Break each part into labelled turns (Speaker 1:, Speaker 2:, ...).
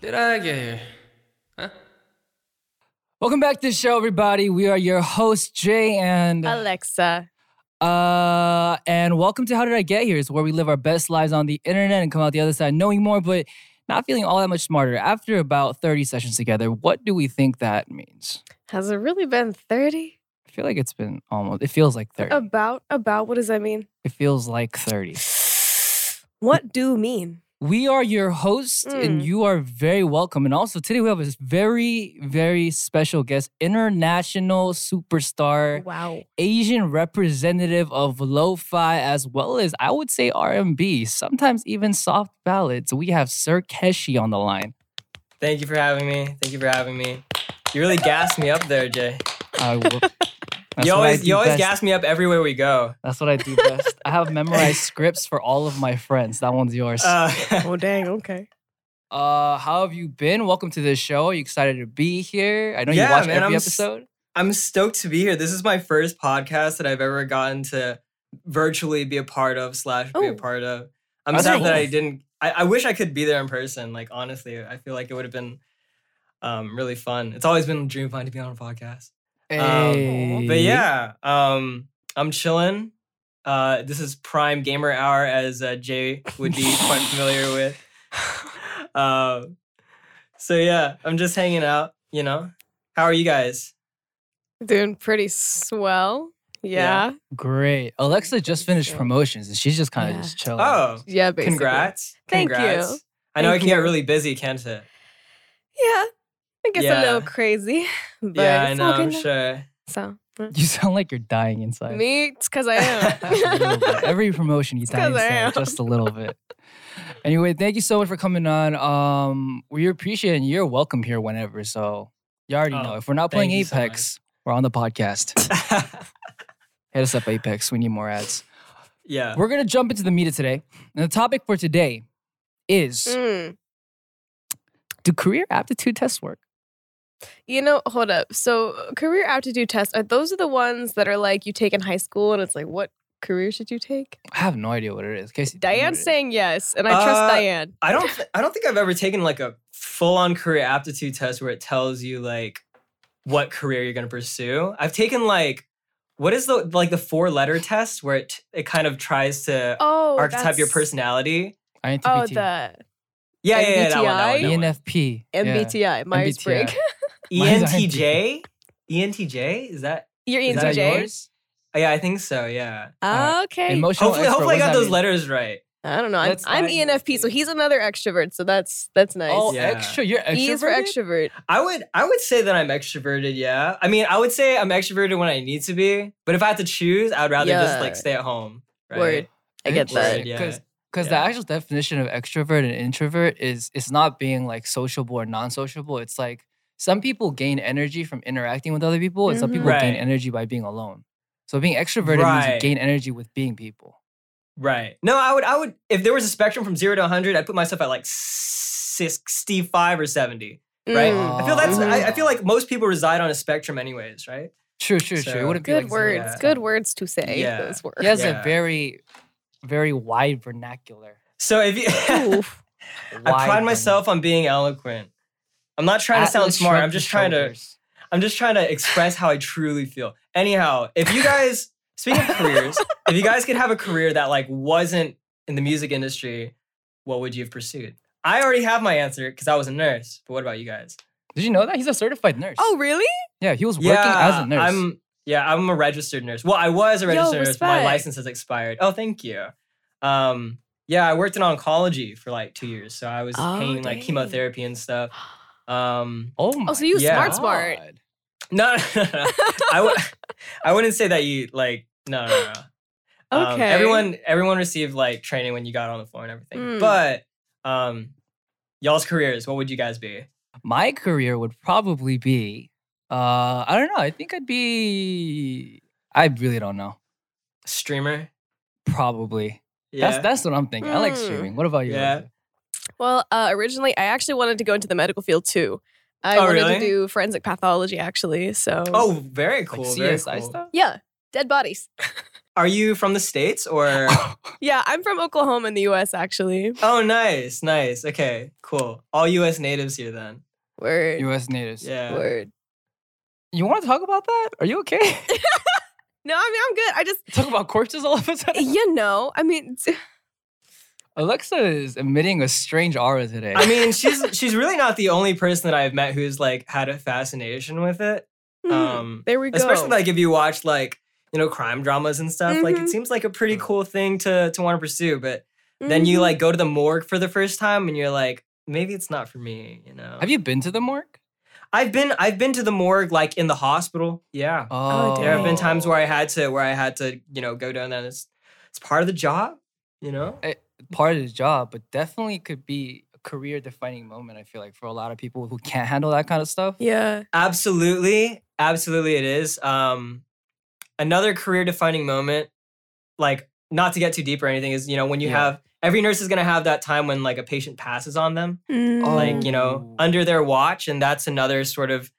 Speaker 1: yeah, yeah. Huh?
Speaker 2: Welcome back to the show, everybody. We are your hosts, Jay and
Speaker 3: Alexa.
Speaker 2: Uh, and welcome to How Did I Get Here? It's where we live our best lives on the internet and come out the other side knowing more, but not feeling all that much smarter. After about 30 sessions together, what do we think that means?
Speaker 3: Has it really been 30?
Speaker 2: I feel like it's been almost, it feels like 30.
Speaker 3: About, about, what does that mean?
Speaker 2: It feels like 30.
Speaker 3: What do mean?
Speaker 2: We are your hosts, and
Speaker 3: Mm.
Speaker 2: you are very welcome. And also, today we have a very, very special guest, international superstar.
Speaker 3: Wow.
Speaker 2: Asian representative of lo-fi as well as I would say R&B, sometimes even soft ballads. We have Sir Keshi on the line.
Speaker 1: Thank you for having me. Thank you for having me. You really gassed me up there, Jay.
Speaker 2: I will- That's
Speaker 1: you
Speaker 2: what I
Speaker 1: always
Speaker 2: do
Speaker 1: you always
Speaker 2: best.
Speaker 1: gas me up everywhere we go.
Speaker 2: That's what I do best. I have memorized scripts for all of my friends. That one's yours. Uh,
Speaker 1: Uh,
Speaker 3: Oh, dang. Okay.
Speaker 2: how have you been? Welcome to the show. Are you excited to be here? I know you
Speaker 1: Yeah,
Speaker 2: watch
Speaker 1: man,
Speaker 2: every
Speaker 1: I'm s-
Speaker 2: episode.
Speaker 1: I'm stoked to be here. This is my first podcast that I've ever gotten to virtually be a part of slash be a
Speaker 3: Oh.
Speaker 1: part of. I'm
Speaker 2: That's
Speaker 1: sad that I
Speaker 2: nice.
Speaker 1: didn't. I, I wish I could be there in person. Like honestly, I feel like it would have been um, really fun. It's always been a dream of mine to be on a podcast. Um, But
Speaker 3: Mm-hmm.
Speaker 2: Hey.
Speaker 1: yeah, um, I'm chilling. Uh, this is prime gamer hour, as uh, Jay would be quite familiar with. Uh, so yeah, I'm just hanging out. You know, how are you guys?
Speaker 3: Doing pretty swell.
Speaker 1: Yeah.
Speaker 3: Yeah.
Speaker 2: Great. Alexa just finished
Speaker 3: Yeah.
Speaker 2: promotions and she's just kind of
Speaker 3: Yeah.
Speaker 2: just chilling.
Speaker 1: Oh,
Speaker 3: Yeah, basically.
Speaker 1: congrats!
Speaker 3: Thank you.
Speaker 1: congrats. I know it
Speaker 3: Thank
Speaker 1: can get
Speaker 3: you.
Speaker 1: really busy, can't it?
Speaker 3: Yeah. I guess a little
Speaker 1: Yeah.
Speaker 3: crazy, but
Speaker 1: yeah, I
Speaker 3: it's
Speaker 1: know.
Speaker 3: all
Speaker 1: I'm
Speaker 3: good now.
Speaker 1: sure.
Speaker 3: So, mm.
Speaker 2: You sound like you're dying inside.
Speaker 3: me, it's because I
Speaker 2: A little
Speaker 3: am.
Speaker 2: bit. Every promotion you
Speaker 3: It's 'cause
Speaker 2: down
Speaker 3: I am.
Speaker 2: just a little bit. Anyway, thank you so much for coming on. Um, we appreciate it. and You're welcome here whenever. So you already
Speaker 1: Oh,
Speaker 2: know. If we're not
Speaker 1: thank
Speaker 2: playing
Speaker 1: you so much.
Speaker 2: Apex, we're on the podcast. Hit us up, Apex. We need more ads.
Speaker 1: yeah.
Speaker 2: We're gonna jump into the meat of today. And the topic for today is
Speaker 3: Mm.
Speaker 2: do career aptitude tests work?
Speaker 3: You know, hold up. So, career aptitude tests are those are the ones that are like you take in high school, and it's like, what career should you take?
Speaker 2: I have no idea what it is. Casey, do you know what
Speaker 3: Diane's
Speaker 2: it is?
Speaker 3: saying yes, and I trust
Speaker 1: Uh,
Speaker 3: Diane.
Speaker 1: I don't. Th- I don't think I've ever taken like a full-on career aptitude test where it tells you like what career you're going to pursue. I've taken like what is the like the four-letter test where it it kind of tries to
Speaker 3: Oh,
Speaker 1: archetype your
Speaker 3: that's-
Speaker 1: personality.
Speaker 3: Oh,
Speaker 2: INTPT.
Speaker 3: the
Speaker 1: Yeah, yeah, yeah, that one, that one, that
Speaker 3: E
Speaker 1: one.
Speaker 2: ENFP. Yeah.
Speaker 3: MBTI, Myers
Speaker 2: MBTI.
Speaker 3: Briggs.
Speaker 2: Mine's
Speaker 1: ENTJ. E ENTJ is that?
Speaker 3: Your
Speaker 1: Is
Speaker 2: that
Speaker 3: ENTJ.
Speaker 2: yours?
Speaker 1: oh, yeah, I think so. Yeah.
Speaker 2: Uh,
Speaker 3: okay.
Speaker 2: Emotional
Speaker 1: Hopefully,
Speaker 2: expert.
Speaker 1: hopefully
Speaker 2: What does
Speaker 1: I got
Speaker 2: that
Speaker 1: those
Speaker 2: mean?
Speaker 1: letters right.
Speaker 3: I don't know. I'm,
Speaker 2: That's
Speaker 3: I'm E
Speaker 1: fine.
Speaker 3: ENFP, so he's another extrovert. So that's that's nice.
Speaker 2: Oh,
Speaker 1: Yeah.
Speaker 2: extra. You're extra.
Speaker 3: E is for extrovert.
Speaker 1: I would I would say that I'm extroverted, yeah. I mean, I would say I'm extroverted when I need to be, but if I had to choose, I'd rather just like
Speaker 3: Yeah.
Speaker 1: stay at home. Right?
Speaker 3: Word. I get that.
Speaker 1: Interesting. Yeah.
Speaker 2: Because the
Speaker 1: Yeah.
Speaker 2: actual definition of extrovert and introvert is it's not being like sociable or non-sociable. It's like some people gain energy from interacting with other people, and some
Speaker 3: Mhm.
Speaker 2: people gain
Speaker 1: Right.
Speaker 2: energy by being alone. So being extroverted means you
Speaker 1: Right.
Speaker 2: gain energy with being people.
Speaker 1: Right. No, I would I would if there was a spectrum from 0 to 100, I'd put myself at like 65 or 70, right?
Speaker 3: Mm.
Speaker 1: I feel that's I, I
Speaker 2: Oh.
Speaker 1: feel like most people reside on a spectrum anyways, right?
Speaker 2: True, true, true. It
Speaker 1: So-
Speaker 2: wouldn't be
Speaker 3: Good
Speaker 2: like zero
Speaker 3: words.
Speaker 2: to
Speaker 1: yeah.
Speaker 3: Good words to say.
Speaker 1: Yeah.
Speaker 3: Those words.
Speaker 2: He has
Speaker 1: Yeah.
Speaker 2: a very, very wide vernacular.
Speaker 1: So if you
Speaker 3: Oof.
Speaker 1: I
Speaker 2: Wide
Speaker 1: pride myself on being eloquent. I'm not trying to sound
Speaker 2: Atlas
Speaker 1: smart.
Speaker 2: shrugged
Speaker 1: I'm
Speaker 2: his
Speaker 1: just trying to
Speaker 2: shoulders.
Speaker 1: I'm just trying to express how I truly feel. Anyhow, if you guys, speaking of careers, if you guys could have a career that like wasn't in the music industry, what would you have pursued? I already have my answer because I was a nurse. But what about you guys?
Speaker 2: Did you know that he's a certified nurse?
Speaker 3: Oh, really?
Speaker 2: yeah, he was working as a nurse.
Speaker 1: I'm yeah, I'm a registered nurse. Well, I was a
Speaker 3: Yo,
Speaker 1: registered nurse. but My
Speaker 3: respect.
Speaker 1: license has expired. Oh, thank you. Um, yeah, I worked in oncology for like two years, so I was
Speaker 3: Oh,
Speaker 1: paying like
Speaker 3: dang.
Speaker 1: chemotherapy and stuff. Um,
Speaker 2: oh, my
Speaker 3: so you
Speaker 1: smart,
Speaker 3: smart.
Speaker 2: God.
Speaker 1: no, no, no, no. I w- I wouldn't say that you like no no no. Um,
Speaker 3: Okay.
Speaker 1: everyone everyone received like training when you got on the floor and everything.
Speaker 3: Mm.
Speaker 1: But um y'all's careers, what would you guys be?
Speaker 2: my career would probably be uh I don't know. I think I'd be I really don't know.
Speaker 1: Streamer?
Speaker 2: Probably.
Speaker 1: Yeah. Hmm.
Speaker 2: That's that's what I'm thinking. I like
Speaker 3: Mm.
Speaker 2: streaming. What about you?
Speaker 1: Yeah.
Speaker 2: Eliza?
Speaker 3: Well, uh, originally, I actually wanted to go into the medical field too. I
Speaker 1: Oh,
Speaker 3: wanted
Speaker 1: really?
Speaker 3: to do forensic pathology, actually. So.
Speaker 1: oh, very
Speaker 2: Like
Speaker 1: cool. very
Speaker 2: CSI
Speaker 1: cool.
Speaker 2: stuff?
Speaker 3: Yeah. Dead bodies.
Speaker 1: Are you from the States or?
Speaker 3: Yeah, I'm from Oklahoma in the US actually.
Speaker 1: oh, nice, nice. Okay, cool. All US natives here then.
Speaker 3: Word.
Speaker 2: U.S. natives.
Speaker 1: Yeah.
Speaker 3: Word.
Speaker 2: You want to talk about that? Are you okay?
Speaker 3: No, I mean I'm good. I just
Speaker 2: talk about corpses all of a sudden.
Speaker 3: you know, I mean
Speaker 2: Alexa is emitting a strange aura today.
Speaker 1: I mean, she's she's really not the only person that I've met who's like had a fascination with it. Um,
Speaker 3: hmm, there we go.
Speaker 1: especially like if you watch like you know crime dramas and stuff. Like
Speaker 3: Mhm.
Speaker 1: it seems like a pretty cool thing to to want to pursue, but then you
Speaker 3: Mhm.
Speaker 1: like go to the morgue for the first time and you're like, maybe it's not for me. You know,
Speaker 2: Have you been to the morgue?
Speaker 1: I've been I've been to the morgue like in the hospital. Yeah,
Speaker 3: Oh,
Speaker 1: there have been times where I had to where I had to you know go down there. and It's it's part of the job. You know,
Speaker 2: part of the job, but definitely could be a career defining moment, I feel like, for a lot of people who can't handle that kind of stuff.
Speaker 3: Mm-hmm. Yeah.
Speaker 1: Absolutely. Absolutely it is. Um another career defining moment, like not to get too deep or anything, is you know, when you
Speaker 2: Yeah.
Speaker 1: have every nurse is gonna have that time when like a patient passes on them,
Speaker 3: Mm.
Speaker 1: like, you know,
Speaker 2: Ooh.
Speaker 1: under their watch, and that's another sort of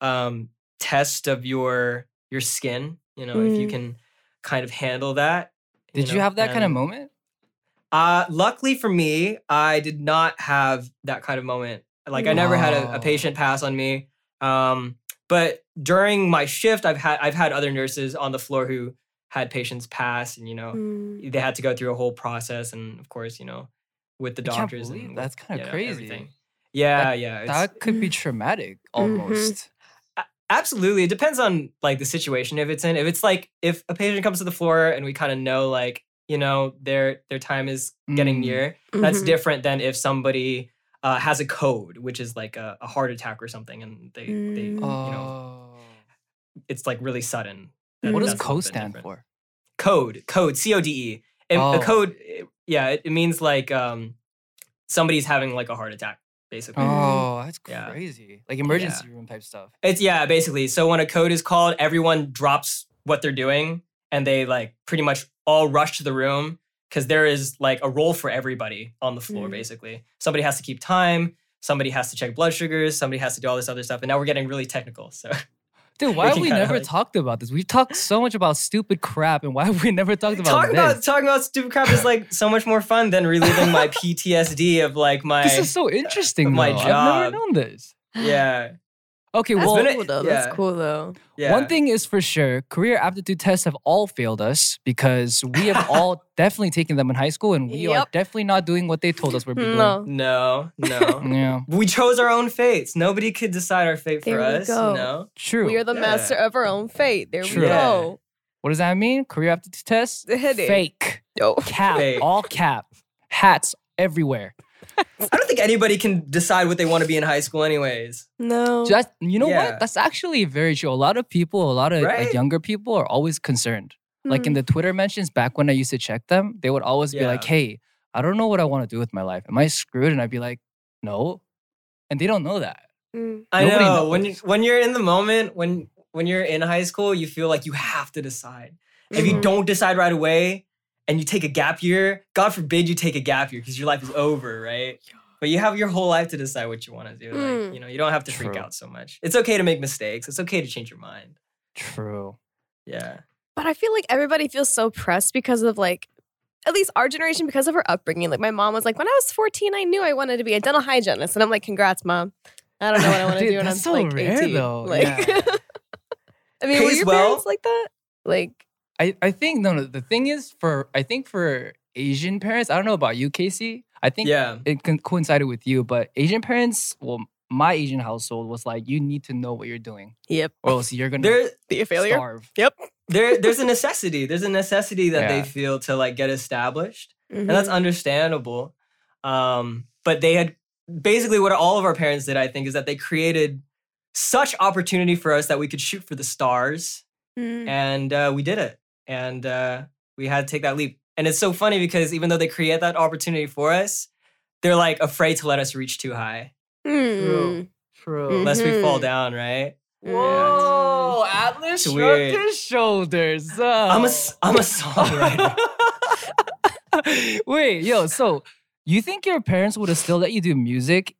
Speaker 1: um test of your your skin, you know, if you
Speaker 3: Mm.
Speaker 1: can kind of handle that.
Speaker 2: Did you,
Speaker 1: know,
Speaker 2: have that kind of
Speaker 1: and-
Speaker 2: moment?
Speaker 1: uh, luckily for me, I did not have that kind of moment. Like I never had a, a
Speaker 2: Wow.
Speaker 1: patient pass on me. Um, but during my shift, I've had I've had other nurses on the floor who had patients pass, and you know
Speaker 3: Mm.
Speaker 1: they had to go through a whole process, and of course, you know, with the
Speaker 2: I can't
Speaker 1: doctors.
Speaker 2: believe
Speaker 1: and
Speaker 2: that's kinda
Speaker 1: yeah,
Speaker 2: crazy.
Speaker 1: everything. Yeah, yeah, it's- Mm-hmm,
Speaker 2: That could be traumatic almost.
Speaker 1: absolutely. It depends on like the situation if it's in. If it's like if a patient comes to the floor and we kind of know like you know their their time is getting
Speaker 2: Mm.
Speaker 1: near, that's
Speaker 3: Mhm.
Speaker 1: different than if somebody uh, has a code, which is like a, a heart attack or something, and they, they mm-hmm. you
Speaker 3: Mm.
Speaker 1: know, it's like really sudden.
Speaker 3: Mm-hmm.
Speaker 2: Oh. what does
Speaker 1: that's a little
Speaker 2: CO
Speaker 1: bit
Speaker 2: stand
Speaker 1: different.
Speaker 2: for?
Speaker 1: Code, code, C O D E. A
Speaker 2: Oh.
Speaker 1: code, eh, yeah, it, it means like um, somebody's having like a heart attack, basically.
Speaker 2: Oh, that's
Speaker 1: Mm-hmm. Yeah.
Speaker 2: crazy. Like emergency room type stuff.
Speaker 1: It's yeah, basically. So when a code is called, everyone drops what they're doing, and they like pretty much all rush to the room because there is like a role for everybody on the floor.
Speaker 3: Mm.
Speaker 1: Basically, somebody has to keep time. Somebody has to check blood sugars. Somebody has to do all this other stuff. And now we're getting really technical. So
Speaker 2: Dude, why have
Speaker 1: can
Speaker 2: we
Speaker 1: kinda,
Speaker 2: never
Speaker 1: like-
Speaker 2: talked about this? We've talked so much about stupid crap, and why have we never talked about
Speaker 1: talking
Speaker 2: this?
Speaker 1: about talking about stupid crap is like so much more fun than reliving my PTSD of like my
Speaker 2: this is so interesting.
Speaker 1: my
Speaker 2: though. I've never
Speaker 1: job.
Speaker 2: known this.
Speaker 1: yeah
Speaker 2: Okay,
Speaker 3: That's
Speaker 2: well,
Speaker 1: been a-
Speaker 3: cool though.
Speaker 1: yeah.
Speaker 3: That's cool though.
Speaker 1: yeah.
Speaker 2: One thing is for sure, career aptitude tests have all failed us because we have all definitely taken them in high school and we are
Speaker 3: Yep.
Speaker 2: definitely not doing what they told us we're doing.
Speaker 3: No.
Speaker 1: No, no.
Speaker 2: Yeah,
Speaker 1: we chose our own fates. Nobody could decide our fate
Speaker 3: There
Speaker 1: for
Speaker 3: we
Speaker 1: us.
Speaker 3: go.
Speaker 1: You know.
Speaker 2: true.
Speaker 3: We are the
Speaker 1: Yeah.
Speaker 3: master of our own fate. There
Speaker 2: True.
Speaker 3: we go.
Speaker 2: what does that mean? Career aptitude tests?
Speaker 3: The headache.
Speaker 2: Fake.
Speaker 3: Oh.
Speaker 2: Cap.
Speaker 1: Fake.
Speaker 2: All cap. Hats everywhere.
Speaker 1: I don't think anybody can decide what they want to be in high school, anyways.
Speaker 3: No.
Speaker 2: Just, you know
Speaker 1: Yeah.
Speaker 2: what? That's actually very true. A lot of people, a lot of uh,
Speaker 1: Right?
Speaker 2: younger people are always concerned. Like in the Twitter mentions back when I used to check them, they would always be like,
Speaker 1: Mm. Yeah.
Speaker 2: hey, I don't know what I want to do with my life. Am I screwed? And I'd be like, no. And they don't know that.
Speaker 3: Mm.
Speaker 1: I
Speaker 2: Nobody
Speaker 1: know when you,
Speaker 2: knows.
Speaker 1: when you're in the moment, when when you're in high school, you feel like you have to decide. If you
Speaker 3: Mhm.
Speaker 1: don't decide right away, and you take a gap year, God forbid you take a gap year because your life is over, right? But you have your whole life to decide what you want to do. Like,
Speaker 3: Mm.
Speaker 1: you know, you don't have to freak
Speaker 2: True.
Speaker 1: out so much. It's okay to make mistakes. It's okay to change your mind.
Speaker 2: True.
Speaker 1: Yeah.
Speaker 3: But I feel like everybody feels so pressed because of like, at least our generation, because of her upbringing. Like my mom was like, when I was 14, I knew I wanted to be a dental hygienist. And I'm like, congrats, mom. I don't know what I want to
Speaker 2: Dude,
Speaker 3: do when I'm
Speaker 2: that's so
Speaker 3: like
Speaker 2: rare,
Speaker 3: 18.
Speaker 2: though.
Speaker 3: Like,
Speaker 2: Yeah.
Speaker 3: I mean, were
Speaker 1: Pays
Speaker 3: your
Speaker 1: well.
Speaker 3: parents like that? Like,
Speaker 2: I, I think no no the thing is for I think for Asian parents, I don't know about you, Casey. I think
Speaker 1: Yeah.
Speaker 2: it con- coincided with you, but Asian parents, well, my Asian household was like, you need to know what you're doing,
Speaker 3: yep,
Speaker 1: Oh,
Speaker 2: or else you're gonna
Speaker 1: There
Speaker 3: be a failure.
Speaker 2: starve.
Speaker 1: there there's a necessity. There's a necessity that
Speaker 2: Yeah.
Speaker 1: they feel to like get established.
Speaker 3: Mm-hmm.
Speaker 1: and that's understandable. Um, but they had basically what all of our parents did, I think, is that they created such opportunity for us that we could shoot for the stars,
Speaker 3: Mhm.
Speaker 1: and uh, we did it, and uh, we had to take that leap. And it's so funny because even though they create that opportunity for us, they're like afraid to let us reach too high,
Speaker 3: Mm.
Speaker 2: True.
Speaker 1: lest we fall
Speaker 3: Mhm.
Speaker 1: down. Right?
Speaker 2: Mm-hmm. Whoa, Atlas
Speaker 1: It's
Speaker 2: shrugged
Speaker 1: weird.
Speaker 2: his shoulders.
Speaker 1: I'm a
Speaker 2: Oh.
Speaker 1: s- I'm a songwriter.
Speaker 2: Wait, yo, so you think your parents would have still let you do music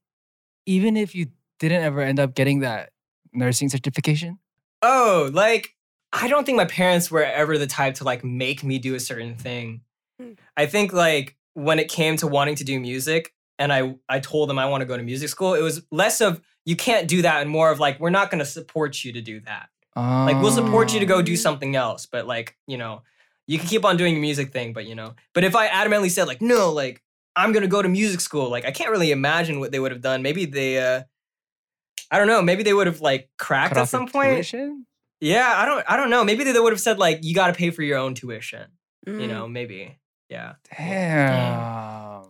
Speaker 2: even if you didn't ever end up getting that nursing certification?
Speaker 1: Oh, like I don't think my parents were ever the type to like make me do a certain thing.
Speaker 3: Hmm.
Speaker 1: I think like when it came to wanting to do music and I I told them I want to go to music school, it was less of you can't do that and more of like we're not going to support you to do that. Like we'll support
Speaker 2: Um,
Speaker 1: you to go do
Speaker 3: Oh.
Speaker 1: something else, but like, you know, you can keep on doing your music thing, but you know. But if I adamantly said like, no, like I'm going to go to music school, like I can't really imagine what they would have done. Maybe they uh I don't know, maybe they would have like cracked
Speaker 2: Cut
Speaker 1: at
Speaker 2: off your
Speaker 1: some point.
Speaker 2: tuition?
Speaker 1: Yeah, I don't I don't know. Maybe they would have said like you got to pay for your own tuition, you
Speaker 3: Mm.
Speaker 1: know, maybe. Yeah.
Speaker 2: Damn.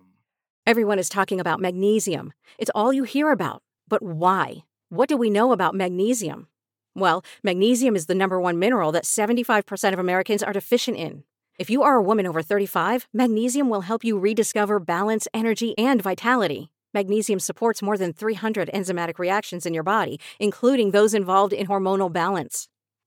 Speaker 4: Everyone is talking about magnesium. It's all you hear about. But why? What do we know about magnesium? Well, magnesium is the number one mineral that 75% of Americans are deficient in. If you are a woman over 35, magnesium will help you rediscover balance, energy, and vitality. Magnesium supports more than 300 enzymatic reactions in your body, including those involved in hormonal balance.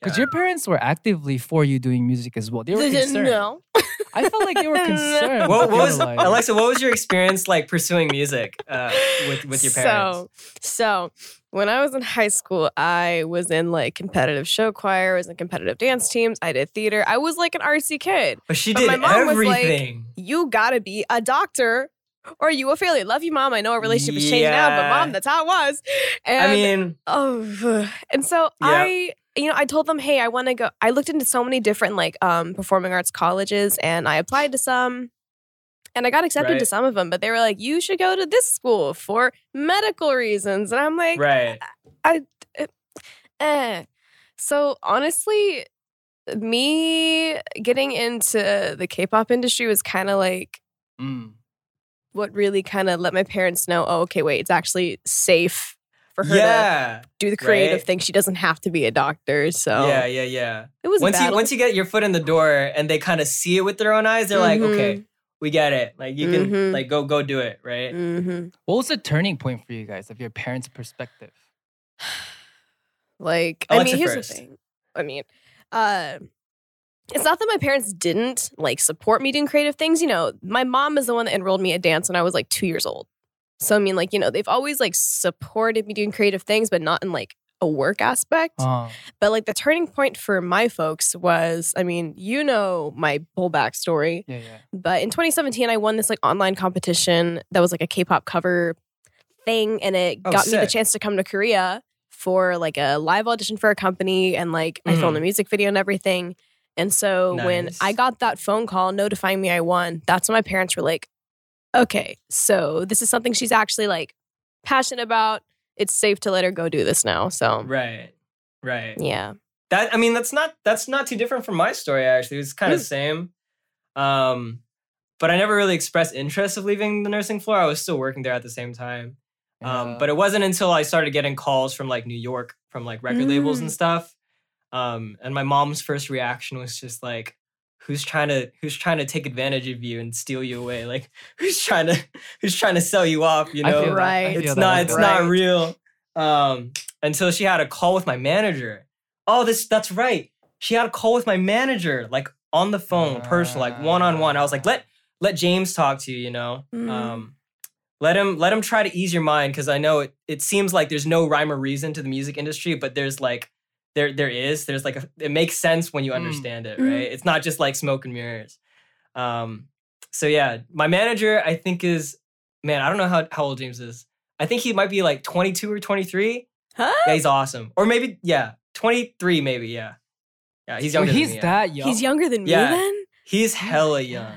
Speaker 2: Because
Speaker 1: Yeah.
Speaker 2: your parents were actively for you doing music as well. They were concerned.
Speaker 3: Mm-hmm. No.
Speaker 2: I felt like they were concerned.
Speaker 1: What,
Speaker 2: but they
Speaker 1: what was
Speaker 2: were like-
Speaker 1: Alexa? What was your experience like pursuing music uh, with with your parents?
Speaker 3: So, so when I was in high school, I was in like competitive show choir, I was in competitive dance teams, I did theater. I was like an artsy kid.
Speaker 1: but she
Speaker 3: but
Speaker 1: did
Speaker 3: my mom was like,
Speaker 1: everything.
Speaker 3: You gotta be a doctor or you a failure. Love you, mom. I know our relationship is changing now, but
Speaker 1: Yeah.
Speaker 3: mom, that's how it was. And
Speaker 1: I mean,
Speaker 3: Oh, and so
Speaker 1: Yeah.
Speaker 3: I, you know, I told them, hey, I want to go. I looked into so many different like um, performing arts colleges, and I applied to some, and I got accepted to
Speaker 1: Right.
Speaker 3: some of them. But they were like, you should go to this school for medical reasons, and I'm like,
Speaker 1: right?
Speaker 3: eh. So honestly, me getting into the K-pop industry was kind of like
Speaker 2: Mm.
Speaker 3: what really kind of let my parents know, oh, okay, wait, it's actually safe for her to
Speaker 1: Yeah,
Speaker 3: do the creative
Speaker 1: Right?
Speaker 3: thing. She doesn't have to be a doctor. So
Speaker 1: yeah, yeah, yeah.
Speaker 3: it was
Speaker 1: Once
Speaker 3: a
Speaker 1: you
Speaker 3: battle.
Speaker 1: once you get your foot in the door and they kind of see it with their own eyes, they're like,
Speaker 3: Mm-hmm.
Speaker 1: okay, we get it. Like you can
Speaker 3: Mhm.
Speaker 1: like go go do it, right?
Speaker 3: hmm
Speaker 2: What was the turning point for you guys of your parents' perspective?
Speaker 3: Like, I
Speaker 1: Alexa
Speaker 3: mean, here's
Speaker 1: first.
Speaker 3: the thing. I mean, uh, it's not that my parents didn't like support me doing creative things. You know, my mom is the one that enrolled me at dance when I was like two years old. So I mean, like, you know, they've always like supported me doing creative things, but not in like a work aspect.
Speaker 2: Uh,
Speaker 3: But like the turning point for my folks was, I mean, you know my whole backstory.
Speaker 2: yeah, yeah.
Speaker 3: But in 2017, I won this like online competition that was like a K-pop cover thing, and it
Speaker 1: Oh,
Speaker 3: got me the
Speaker 1: sick.
Speaker 3: chance to come to Korea for like a live audition for a company, and like I filmed a music video and everything. And so when
Speaker 1: Mm-hmm. Nice.
Speaker 3: I got that phone call notifying me I won, that's when my parents were like, "Okay, so this is something she's actually like passionate about. It's safe to let her go do this now." So
Speaker 1: Right, right.
Speaker 3: yeah,
Speaker 1: That I mean, that's not that's not too different from my story actually. It's kind of
Speaker 2: Hmm.
Speaker 1: the same. Um, but I never really expressed interest of leaving the nursing floor. I was still working there at the same time. Um,
Speaker 2: Yeah.
Speaker 1: but it wasn't until I started getting calls from like New York from like record labels
Speaker 2: Mm.
Speaker 1: and stuff. Um, and my mom's first reaction was just like, "Who's trying to Who's trying to take advantage of you and steal you away? Like, who's trying to Who's trying to sell you off? You
Speaker 2: I feel
Speaker 1: know,
Speaker 2: that. I
Speaker 3: right.
Speaker 2: feel
Speaker 1: it's
Speaker 2: that.
Speaker 1: not
Speaker 2: I
Speaker 1: it's
Speaker 2: feel that.
Speaker 1: not
Speaker 3: Right.
Speaker 1: real." Um, until she had a call with my manager. Oh, this that's right. She had a call with my manager, like on the phone, personal, like one on one. I was like, "Let let James talk to you," you know.
Speaker 3: Mm.
Speaker 2: Mm-hmm.
Speaker 1: Um, let him let him try to ease your mind because I know it, it seems like there's no rhyme or reason to the music industry, but there's like there there is there's like a, it makes sense when you
Speaker 2: Mm.
Speaker 1: understand it,
Speaker 3: Mhm.
Speaker 1: right? It's not just like smoke and mirrors. Um, So yeah, my manager I think is man, I don't know how, how old James is. I think he might be like 22 or 23.
Speaker 3: Huh?
Speaker 1: Yeah, he's awesome. Or maybe yeah, 23 maybe, yeah. Yeah, he's
Speaker 2: Oh,
Speaker 1: younger
Speaker 2: he's
Speaker 1: than me. yeah.
Speaker 2: that young.
Speaker 3: He's younger than
Speaker 1: Yeah.
Speaker 3: me then?
Speaker 1: He's hella young.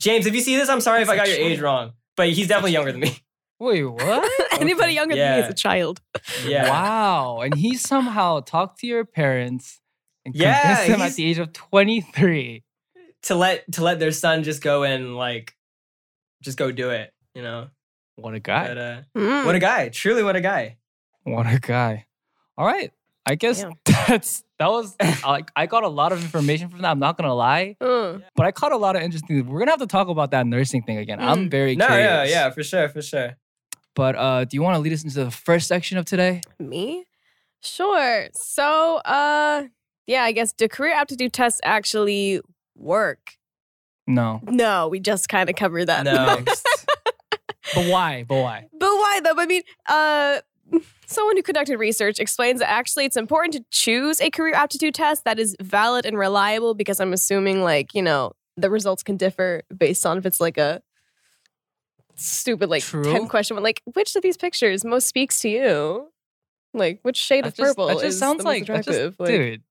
Speaker 1: James, if you see this, I'm sorry if I
Speaker 2: That's
Speaker 1: got
Speaker 2: a
Speaker 1: your age
Speaker 2: child.
Speaker 1: wrong, but he's definitely younger than me.
Speaker 2: Wait, what?
Speaker 3: Anybody
Speaker 2: Okay.
Speaker 3: younger than me
Speaker 1: Yeah.
Speaker 3: is a child.
Speaker 1: Yeah.
Speaker 2: Wow. And he somehow talked to your parents and
Speaker 1: Yeah,
Speaker 2: convinced them
Speaker 1: he's-
Speaker 2: at the age of 23.
Speaker 1: To let to let their son just go and like just go do it, you know.
Speaker 2: What a guy.
Speaker 1: But uh
Speaker 3: Mm.
Speaker 1: what a guy. Truly what a guy.
Speaker 2: What a guy. All right. I guess
Speaker 3: Yeah.
Speaker 2: that's that was like I got a lot of information from that. I'm not gonna lie,
Speaker 3: Mm.
Speaker 2: but I caught a lot of interesting. We're gonna have to talk about that nursing thing again.
Speaker 3: Mm.
Speaker 2: I'm very
Speaker 1: No,
Speaker 2: curious.
Speaker 1: yeah, yeah, for sure, for sure.
Speaker 2: But uh, do you want to lead us into the first section of today?
Speaker 3: Me? Sure. So, uh, yeah, I guess do career aptitude tests actually work?
Speaker 2: No.
Speaker 3: No, we just kind of covered that.
Speaker 1: No.
Speaker 2: But why? But why?
Speaker 3: But why though? I mean, uh, someone who conducted research explains that actually it's important to choose a career aptitude test that is valid and reliable because I'm assuming, like, you know, the results can differ based on if it's like a stupid, like,
Speaker 2: True.
Speaker 3: 10 question one. Like, which of these pictures most speaks to you? Like, which shade
Speaker 2: That
Speaker 3: of
Speaker 2: just-
Speaker 3: purple
Speaker 2: that just
Speaker 3: is
Speaker 2: sounds
Speaker 3: the most
Speaker 2: like- that just-
Speaker 3: attractive? Like,
Speaker 2: Dude.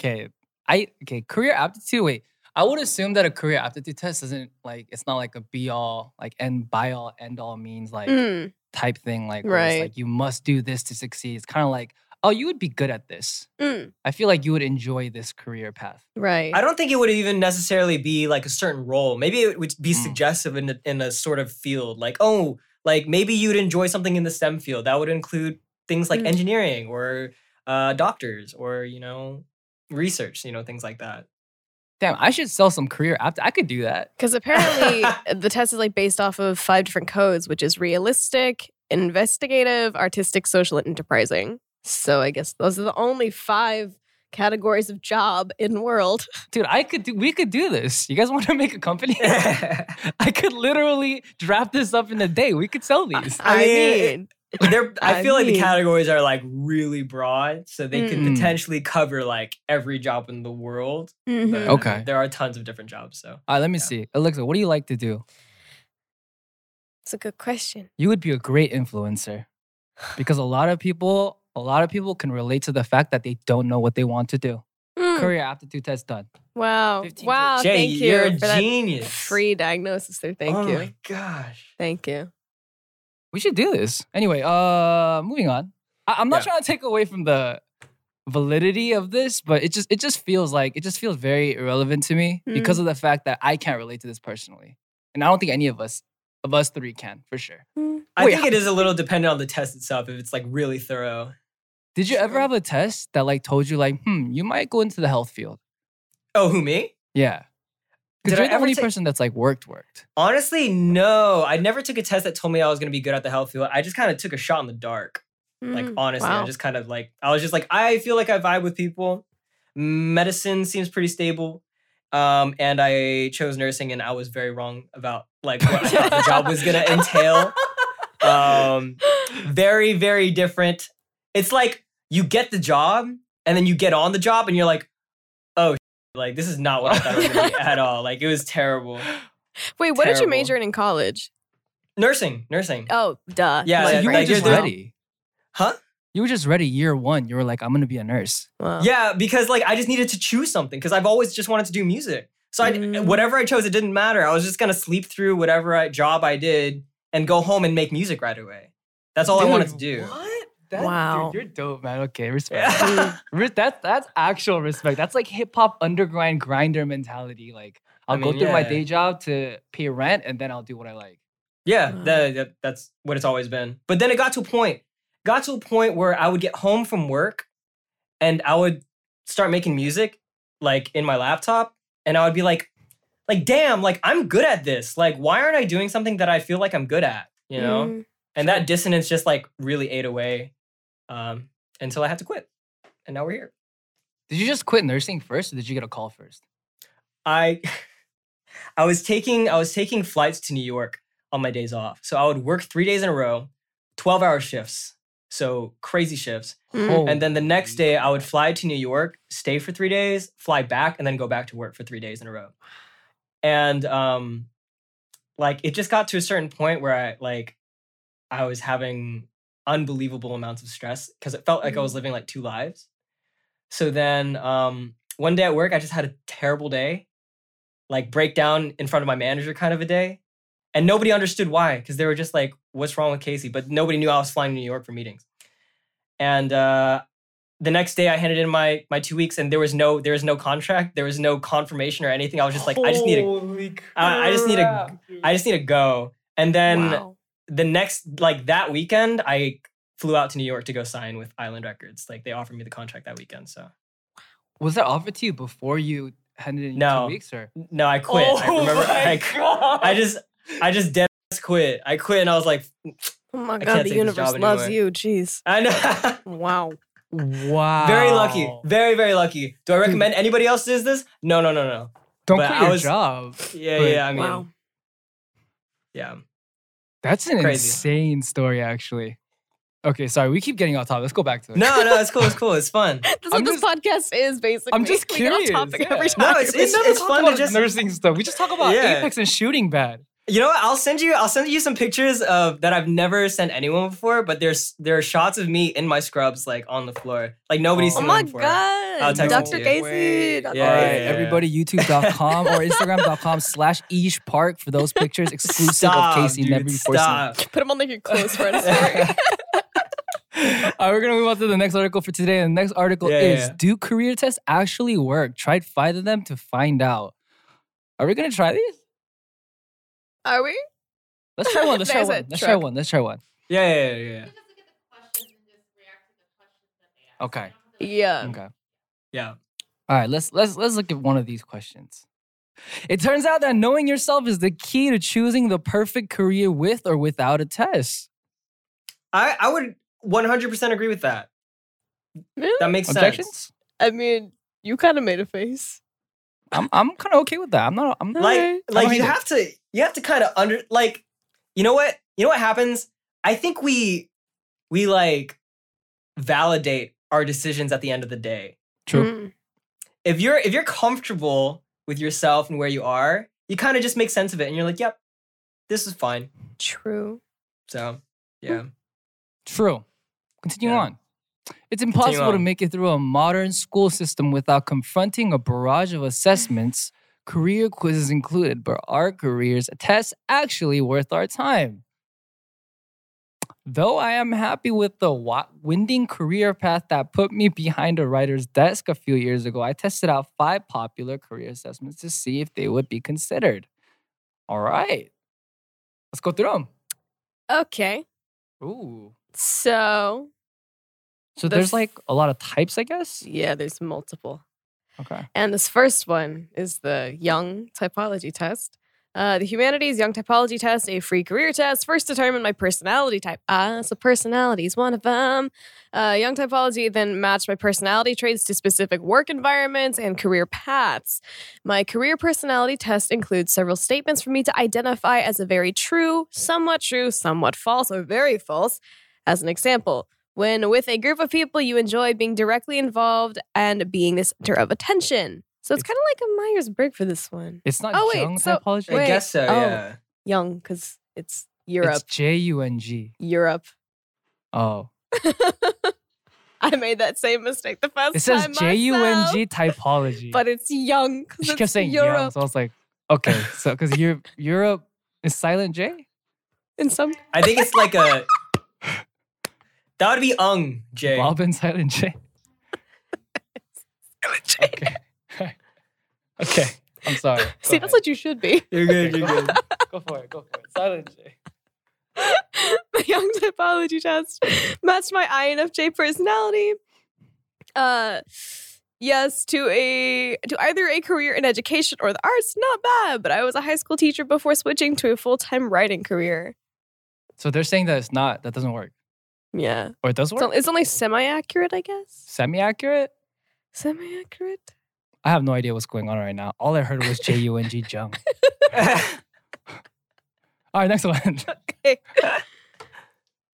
Speaker 2: Okay. I okay, career aptitude. Wait. I would assume that a career aptitude test isn't like it's not like a be all, like end by all, end all means like
Speaker 3: mm,
Speaker 2: type thing. Like, where it's
Speaker 3: Right.
Speaker 2: like you must do this to succeed. It's kind of like, oh, you would be good at this.
Speaker 3: mm,
Speaker 2: I feel like you would enjoy this career path.
Speaker 3: right.
Speaker 1: I don't think it would even necessarily be like a certain role. Maybe it would be
Speaker 2: Mm.
Speaker 1: suggestive in a, in a sort of field, like oh, like maybe you'd enjoy something in the STEM field that would include things like
Speaker 3: Mm.
Speaker 1: engineering or uh, doctors or you know research, you know things like that.
Speaker 2: Damn, I should sell some career apt. I could do that.
Speaker 3: Because apparently the test is like based off of five different codes, which is realistic, investigative, artistic, social, and enterprising. So I guess those are the only five categories of job in world.
Speaker 2: Dude, I could do we could do this. You guys want to make a company? I could literally draft this up in a day. We could sell these.
Speaker 1: I
Speaker 3: I
Speaker 1: mean-
Speaker 3: mean,
Speaker 1: There, I
Speaker 3: I
Speaker 1: feel like the
Speaker 3: mean-
Speaker 1: categories are like really broad, so they could
Speaker 2: Mm.
Speaker 1: potentially cover like every job in the world. but
Speaker 3: Mhm.
Speaker 2: Okay.
Speaker 1: there are tons of different jobs. So
Speaker 2: All right, let me
Speaker 1: Yeah.
Speaker 2: see. Alexa, what do you like to do?
Speaker 3: it's a good question.
Speaker 2: You would be a great influencer because a lot of people, a lot of people can relate to the fact that they don't know what they want to do.
Speaker 1: Hmm.
Speaker 3: Mm,
Speaker 2: Career aptitude test done.
Speaker 3: Wow.
Speaker 2: 15
Speaker 3: Wow.
Speaker 2: Oh,
Speaker 1: Jay,
Speaker 3: thank you
Speaker 1: you're a
Speaker 3: for that
Speaker 1: genius.
Speaker 3: free diagnosis there. Thank
Speaker 1: oh
Speaker 3: you.
Speaker 1: my gosh.
Speaker 3: Thank you.
Speaker 2: We should do this. Anyway, uh moving on. I- I'm not
Speaker 1: Yeah.
Speaker 2: trying to take away from the validity of this, but it just it just feels like it just feels very irrelevant to me
Speaker 1: Hmm.
Speaker 2: because of the fact that I can't relate to this personally. And I don't think any of us of us three can for sure.
Speaker 1: I
Speaker 2: Wait,
Speaker 1: think it is a little dependent on the test itself. If it's like really thorough.
Speaker 2: Did you ever
Speaker 3: Sure.
Speaker 2: have a test that like told you like, hmm, you might go into the health field?
Speaker 1: Oh, who me?
Speaker 2: Yeah. Because
Speaker 1: Did I
Speaker 2: you're the
Speaker 1: ever
Speaker 2: only
Speaker 1: take-
Speaker 2: person that's like worked worked.
Speaker 1: Honestly, no. I never took a test that told me I was going to be good at the health field. I just kind of took a shot in the dark. Like
Speaker 3: Mm,
Speaker 1: honestly, I
Speaker 3: wow.
Speaker 1: just kind of like I was just like I feel like I vibe with people. Medicine seems pretty stable. Um, and I chose nursing, and I was very wrong about like what I thought the job was gonna entail. Um, very, very different. It's like you get the job, and then you get on the job, and you're like, oh, like this is not what I thought it was gonna be at all. Like it was terrible.
Speaker 3: Wait, what did you
Speaker 1: terrible.
Speaker 3: major in in college?
Speaker 1: Nursing, nursing.
Speaker 3: Oh, duh.
Speaker 1: Yeah,
Speaker 2: so
Speaker 3: my
Speaker 1: yeah,
Speaker 2: you
Speaker 1: like,
Speaker 2: were
Speaker 3: brain
Speaker 1: you're
Speaker 2: just
Speaker 1: the-
Speaker 3: wrong.
Speaker 2: ready.
Speaker 1: Huh?
Speaker 2: You were just ready year one. You were like, I'm gonna be a nurse.
Speaker 3: Wow.
Speaker 1: Yeah, because like I just needed to choose something because I've always just wanted to do music. So I
Speaker 3: Mm.
Speaker 1: whatever I chose, it didn't matter. I was just gonna sleep through whatever I, job I did and go home and make music right away. That's all I wanted to do.
Speaker 2: What?
Speaker 3: That- dude, Wow.
Speaker 2: you're dope, man. Okay, respect.
Speaker 1: Yeah.
Speaker 2: Re- That's that's actual respect. That's like hip hop underground grinder mentality. Like
Speaker 1: I
Speaker 2: I'll go
Speaker 1: mean,
Speaker 2: through my
Speaker 1: yeah.
Speaker 2: day job to pay rent, and then I'll do what I like.
Speaker 1: Yeah,
Speaker 3: Wow.
Speaker 1: that, that- that's what it's always been. But then it got to a point, got to a point where I would get home from work and I would start making music like in my laptop and I would be like, like, damn, like I'm good at this. Like, why aren't I doing something that I feel like I'm good at? You know?
Speaker 3: Mm.
Speaker 1: and that dissonance just like really ate away um, until I had to quit, and now we're here.
Speaker 2: Did you just quit nursing first, or did you get a call first?
Speaker 1: I I was taking I was taking flights to New York on my days off, so I would work three days in a row, twelve hour shifts, so crazy shifts,
Speaker 3: Mm.
Speaker 1: and then the next
Speaker 2: Holy
Speaker 1: day I would
Speaker 2: crap.
Speaker 1: fly to New York, stay for three days, fly back, and then go back to work for three days in a row. and um like it just got to a certain point where i like i was having unbelievable amounts of stress because it felt like i was living like two lives so then um one day at work i just had a terrible day like breakdown in front of my manager kind of a day and nobody understood why because they were just like what's wrong with casey but nobody knew i was flying to new york for meetings and uh the next day I handed in my my two weeks and there was no there was no contract there was no confirmation or anything I was just like I just need to
Speaker 5: Holy
Speaker 1: I- I just need to-
Speaker 5: crap, dude.
Speaker 1: I just need to go and then
Speaker 3: wow.
Speaker 1: the next like that weekend I flew out to New York to go sign with Island Records like they offered me the contract that weekend so
Speaker 2: Was that offered to you before you handed in your
Speaker 1: No.
Speaker 2: two weeks or?
Speaker 1: no I quit
Speaker 5: Oh
Speaker 1: I remember
Speaker 5: my
Speaker 1: I,
Speaker 5: God.
Speaker 1: I just I just dead ass quit I quit and I was like
Speaker 3: Oh my
Speaker 1: can't
Speaker 3: god,
Speaker 1: take
Speaker 3: the
Speaker 1: this
Speaker 3: universe
Speaker 1: job
Speaker 3: loves
Speaker 1: anymore.
Speaker 3: you. Jeez.
Speaker 1: I know
Speaker 3: Wow.
Speaker 2: Wow.
Speaker 1: very lucky very very lucky do I recommend anybody else does this no no no no
Speaker 2: Don't
Speaker 1: but
Speaker 2: quit
Speaker 1: I
Speaker 2: your
Speaker 1: was-
Speaker 2: job.
Speaker 1: yeah
Speaker 2: But
Speaker 1: yeah I mean
Speaker 3: wow.
Speaker 1: yeah
Speaker 2: That's an
Speaker 1: Crazy.
Speaker 2: insane story, actually. Okay, sorry, we keep getting off topic. Let's go back to it.
Speaker 1: no no it's cool it's cool it's fun
Speaker 3: That's what
Speaker 2: I'm
Speaker 3: this podcast is basically.
Speaker 2: I'm just
Speaker 3: We get off
Speaker 2: curious,
Speaker 3: topic every
Speaker 2: yeah.
Speaker 3: time.
Speaker 1: No, it's-
Speaker 2: We never
Speaker 1: it's
Speaker 2: talk
Speaker 1: fun to
Speaker 2: about
Speaker 1: just-
Speaker 2: nursing stuff. We just talk about
Speaker 1: Yeah.
Speaker 2: Apex and shooting bad.
Speaker 1: You know what? I'll send you. I'll send you some pictures of that I've never sent anyone before. But there's there are shots of me in my scrubs, like on the floor, like nobody's
Speaker 2: Oh
Speaker 1: seen
Speaker 3: oh my
Speaker 1: them before. I'll
Speaker 3: god.
Speaker 1: text it
Speaker 3: Dr.
Speaker 1: to you.
Speaker 3: Casey. Dr.
Speaker 1: Yeah,
Speaker 2: All
Speaker 1: yeah,
Speaker 2: right,
Speaker 1: yeah, yeah.
Speaker 2: everybody, youtube.com or instagram.com slash each park for those pictures exclusive
Speaker 1: Stop,
Speaker 2: of Casey
Speaker 1: dude,
Speaker 2: Never Before Seen.
Speaker 1: stop.
Speaker 3: Put him on like your close friend story.
Speaker 2: All right, we're gonna move on to the next article for today. And the next article
Speaker 1: Yeah, yeah,
Speaker 2: is:
Speaker 1: yeah.
Speaker 2: Do career tests actually work? Tried five of them to find out. Are we gonna try these?
Speaker 3: Are we?
Speaker 2: Let's try one. Let's try
Speaker 3: There's a
Speaker 2: one. Let's try
Speaker 3: truck.
Speaker 2: one. Let's try one.
Speaker 1: Yeah, yeah, yeah, yeah.
Speaker 2: Okay.
Speaker 3: Yeah.
Speaker 2: Okay.
Speaker 1: Yeah.
Speaker 2: All right. Let's let's let's look at one of these questions. It turns out that knowing yourself is the key to choosing the perfect career with or without a test.
Speaker 1: I I would 100 percent agree with that.
Speaker 3: Really?
Speaker 1: That makes sense.
Speaker 2: Objections?
Speaker 3: I mean, you kind of made a face.
Speaker 2: I'm I'm kind of okay with that. I'm not. I'm not.
Speaker 1: Like
Speaker 3: Alright.
Speaker 1: like
Speaker 2: Alright.
Speaker 1: you have to you have to kind of under like you know what you know what happens. I think we we like validate our decisions at the end of the day.
Speaker 2: True.
Speaker 3: Mm.
Speaker 1: if you're if you're comfortable with yourself and where you are, you kind of just make sense of it, and you're like, "Yep, this is fine."
Speaker 3: True.
Speaker 1: So, yeah,
Speaker 2: True. Continue
Speaker 1: Yeah.
Speaker 2: on. It's impossible to
Speaker 1: on.
Speaker 2: make it through a modern school system without confronting a barrage of assessments, career quizzes included. But are careers tests actually worth our time? Though I am happy with the wa- winding career path that put me behind a writer's desk a few years ago, I tested out five popular career assessments to see if they would be considered. All right. Let's go through them.
Speaker 3: Okay.
Speaker 2: Ooh.
Speaker 3: So,
Speaker 2: So
Speaker 3: The
Speaker 2: there's
Speaker 3: f-
Speaker 2: like a lot of types, I guess.
Speaker 3: yeah, there's multiple.
Speaker 2: Okay.
Speaker 3: And this first one is the Young Typology Test. Uh, the Humanities Young Typology Test, a free career test, first determined my personality type. Ah, so personality is one of them. Uh, young Typology then matched my personality traits to specific work environments and career paths. My career personality test includes several statements for me to identify as a very true, somewhat true, somewhat false, or very false. As an example, when with a group of people you enjoy being directly involved and being the center of attention. So it's kind of like a Myers Briggs for this one.
Speaker 2: It's not
Speaker 3: Oh, wait,
Speaker 2: Jung
Speaker 3: so-
Speaker 2: typology.
Speaker 1: I
Speaker 3: Wait,
Speaker 1: guess so.
Speaker 3: oh.
Speaker 1: Yeah,
Speaker 3: Young, because it's Europe.
Speaker 2: It's J U N G.
Speaker 3: Europe.
Speaker 2: Oh,
Speaker 3: I made that same mistake the first
Speaker 2: it says
Speaker 3: time.
Speaker 2: J U N G
Speaker 3: myself,
Speaker 2: typology.
Speaker 3: But it's young. 'cause
Speaker 2: she
Speaker 3: it's
Speaker 2: kept saying
Speaker 3: Europe.
Speaker 2: Young, so I was like, okay, so because Europe, Europe is silent J.
Speaker 3: In some
Speaker 1: I think it's like a that would be ung Jay.
Speaker 2: Bob and silent J. Okay. okay. I'm sorry. Go
Speaker 3: See,
Speaker 2: ahead.
Speaker 3: that's what you should be.
Speaker 1: You're good. You're good.
Speaker 2: go for it. Go for it. Silent J.
Speaker 3: the Young Typology Test matched my INFJ personality. Uh, yes, to a to either a career in education or the arts. Not bad, but I was a high school teacher before switching to a full time writing career.
Speaker 2: So they're saying that it's not. That doesn't work,
Speaker 3: Yeah,
Speaker 2: or it does
Speaker 3: it's,
Speaker 2: work.
Speaker 3: on- it's only semi accurate, I guess.
Speaker 2: Semi accurate.
Speaker 3: Semi accurate.
Speaker 2: I have no idea what's going on right now. All I heard was J U N G Jung. All right, next one.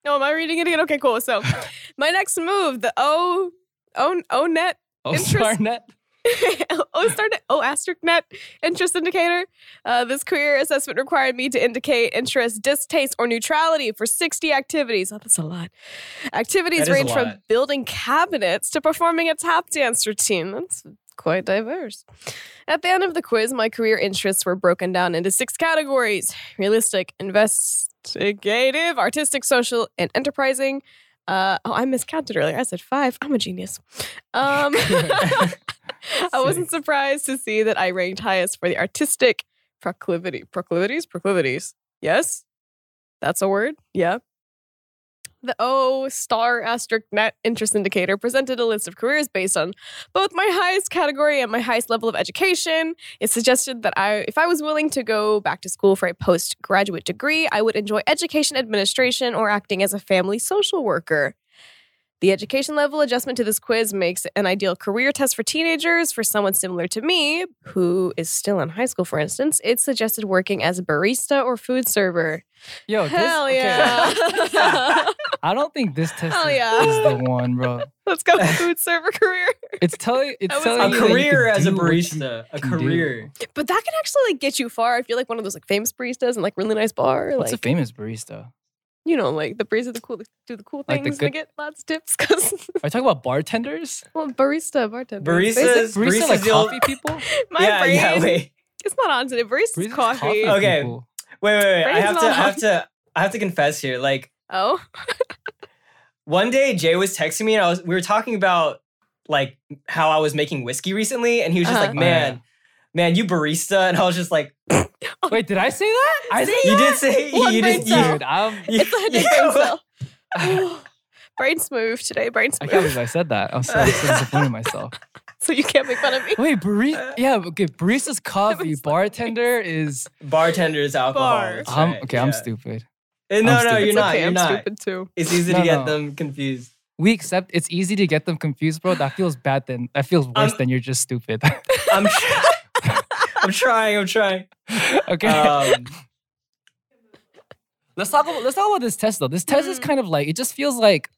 Speaker 3: No, am I reading it again? Okay, cool. So, my next move, the O O O net
Speaker 2: Oh,
Speaker 3: Interest-
Speaker 2: Sarnet.
Speaker 3: o star O Oh, asterisk net interest indicator. Uh, this career assessment required me to indicate interest, distaste, or neutrality for 60 activities. Oh, that's a lot.
Speaker 1: That
Speaker 3: Activities
Speaker 1: is a
Speaker 3: range from
Speaker 1: lot.
Speaker 3: building cabinets to performing a tap dance routine. That's quite diverse. At the end of the quiz, my career interests were broken down into six categories realistic, investigative, artistic, social, and enterprising. Uh, oh, I miscounted earlier. I said five. I'm a genius. Um, I wasn't surprised to see that I ranked highest for the artistic proclivity. Proclivities? Proclivities. Yes? That's a word? Yeah. The O star asterisk net interest indicator presented a list of careers based on both my highest category and my highest level of education. It suggested that I, if I was willing to go back to school for a postgraduate degree, I would enjoy education administration or acting as a family social worker. The education level adjustment to this quiz makes an ideal career test for teenagers. For someone similar to me, who is still in high school, for instance, it suggested working as a barista or food server.
Speaker 2: Yo, Oh, this,
Speaker 3: Hell
Speaker 2: okay,
Speaker 3: yeah.
Speaker 2: I don't think this test
Speaker 3: Hell
Speaker 2: is,
Speaker 3: yeah.
Speaker 2: is the one, bro.
Speaker 3: Let's go with food server career.
Speaker 2: It's telling. It's
Speaker 3: That was
Speaker 1: a
Speaker 2: telling you that you
Speaker 1: career
Speaker 2: can
Speaker 1: as a
Speaker 2: do what you-
Speaker 1: barista. A
Speaker 2: can do.
Speaker 1: career.
Speaker 3: But that can actually like get you far if you're like one of those like famous baristas and like really nice bar.
Speaker 2: What's
Speaker 3: Like
Speaker 2: a famous barista?
Speaker 3: you know, like the barista the cool do the cool
Speaker 2: Like the
Speaker 3: things
Speaker 2: good-
Speaker 3: and get lots of tips because
Speaker 2: Are you talking about bartenders?
Speaker 3: well barista bartender.
Speaker 1: Baristas-
Speaker 3: Basic-
Speaker 2: Barista,
Speaker 1: Barista's
Speaker 2: like
Speaker 1: the old-
Speaker 2: coffee people.
Speaker 3: My
Speaker 1: yeah,
Speaker 3: brain.
Speaker 1: yeah, wait.
Speaker 3: It's not on today. Barista's
Speaker 2: Barista's
Speaker 3: coffee.
Speaker 1: coffee. Okay.
Speaker 2: people.
Speaker 1: Wait, wait, wait. I
Speaker 3: Brain's
Speaker 1: have to I
Speaker 3: not
Speaker 1: have
Speaker 3: on.
Speaker 1: to I have to confess here. Like
Speaker 3: Oh,
Speaker 1: one day Jay was texting me and I was we were talking about like how I was making whiskey recently and he was just
Speaker 3: Uh-huh.
Speaker 1: like,
Speaker 2: Oh,
Speaker 1: "Man, man, you barista." And I was just like,
Speaker 2: Wait, did I say that? I
Speaker 3: See?
Speaker 2: think
Speaker 1: "You did say
Speaker 3: One
Speaker 1: you did
Speaker 3: brain cell.
Speaker 1: you,
Speaker 2: Dude, I'm,
Speaker 1: you,
Speaker 3: it's a headache
Speaker 1: you-
Speaker 3: brain cell. Ooh. brain smooth today. Brain
Speaker 2: I
Speaker 3: smooth.
Speaker 2: can't believe I said that. I'm so, I'm so disappointed in myself.
Speaker 3: so you can't make fun of me.
Speaker 2: Wait,
Speaker 1: Uh,
Speaker 2: barista. Yeah, okay. Barista's coffee.
Speaker 3: was like-
Speaker 2: Bartender is.
Speaker 1: Bartenders alcohol.
Speaker 3: Bar.
Speaker 1: that's
Speaker 2: I'm,
Speaker 1: right,
Speaker 2: okay, I'm
Speaker 1: yeah.
Speaker 2: stupid.
Speaker 1: Eh, No,
Speaker 2: I'm
Speaker 1: no,
Speaker 2: stupid.
Speaker 1: you're
Speaker 3: it's
Speaker 1: not.
Speaker 3: okay.
Speaker 1: You're
Speaker 3: I'm
Speaker 1: not.
Speaker 3: stupid too.
Speaker 1: It's easy
Speaker 2: No,
Speaker 1: to get
Speaker 2: no.
Speaker 1: them confused.
Speaker 2: We accept it's easy to get them confused, bro. That feels bad. Then that feels worse
Speaker 1: Um,
Speaker 2: than you're just stupid.
Speaker 1: I'm tr- I'm trying. I'm trying.
Speaker 2: okay.
Speaker 1: Um,
Speaker 2: Let's talk about let's talk about this test though. This test is
Speaker 3: Mm.
Speaker 2: kind of like it just feels like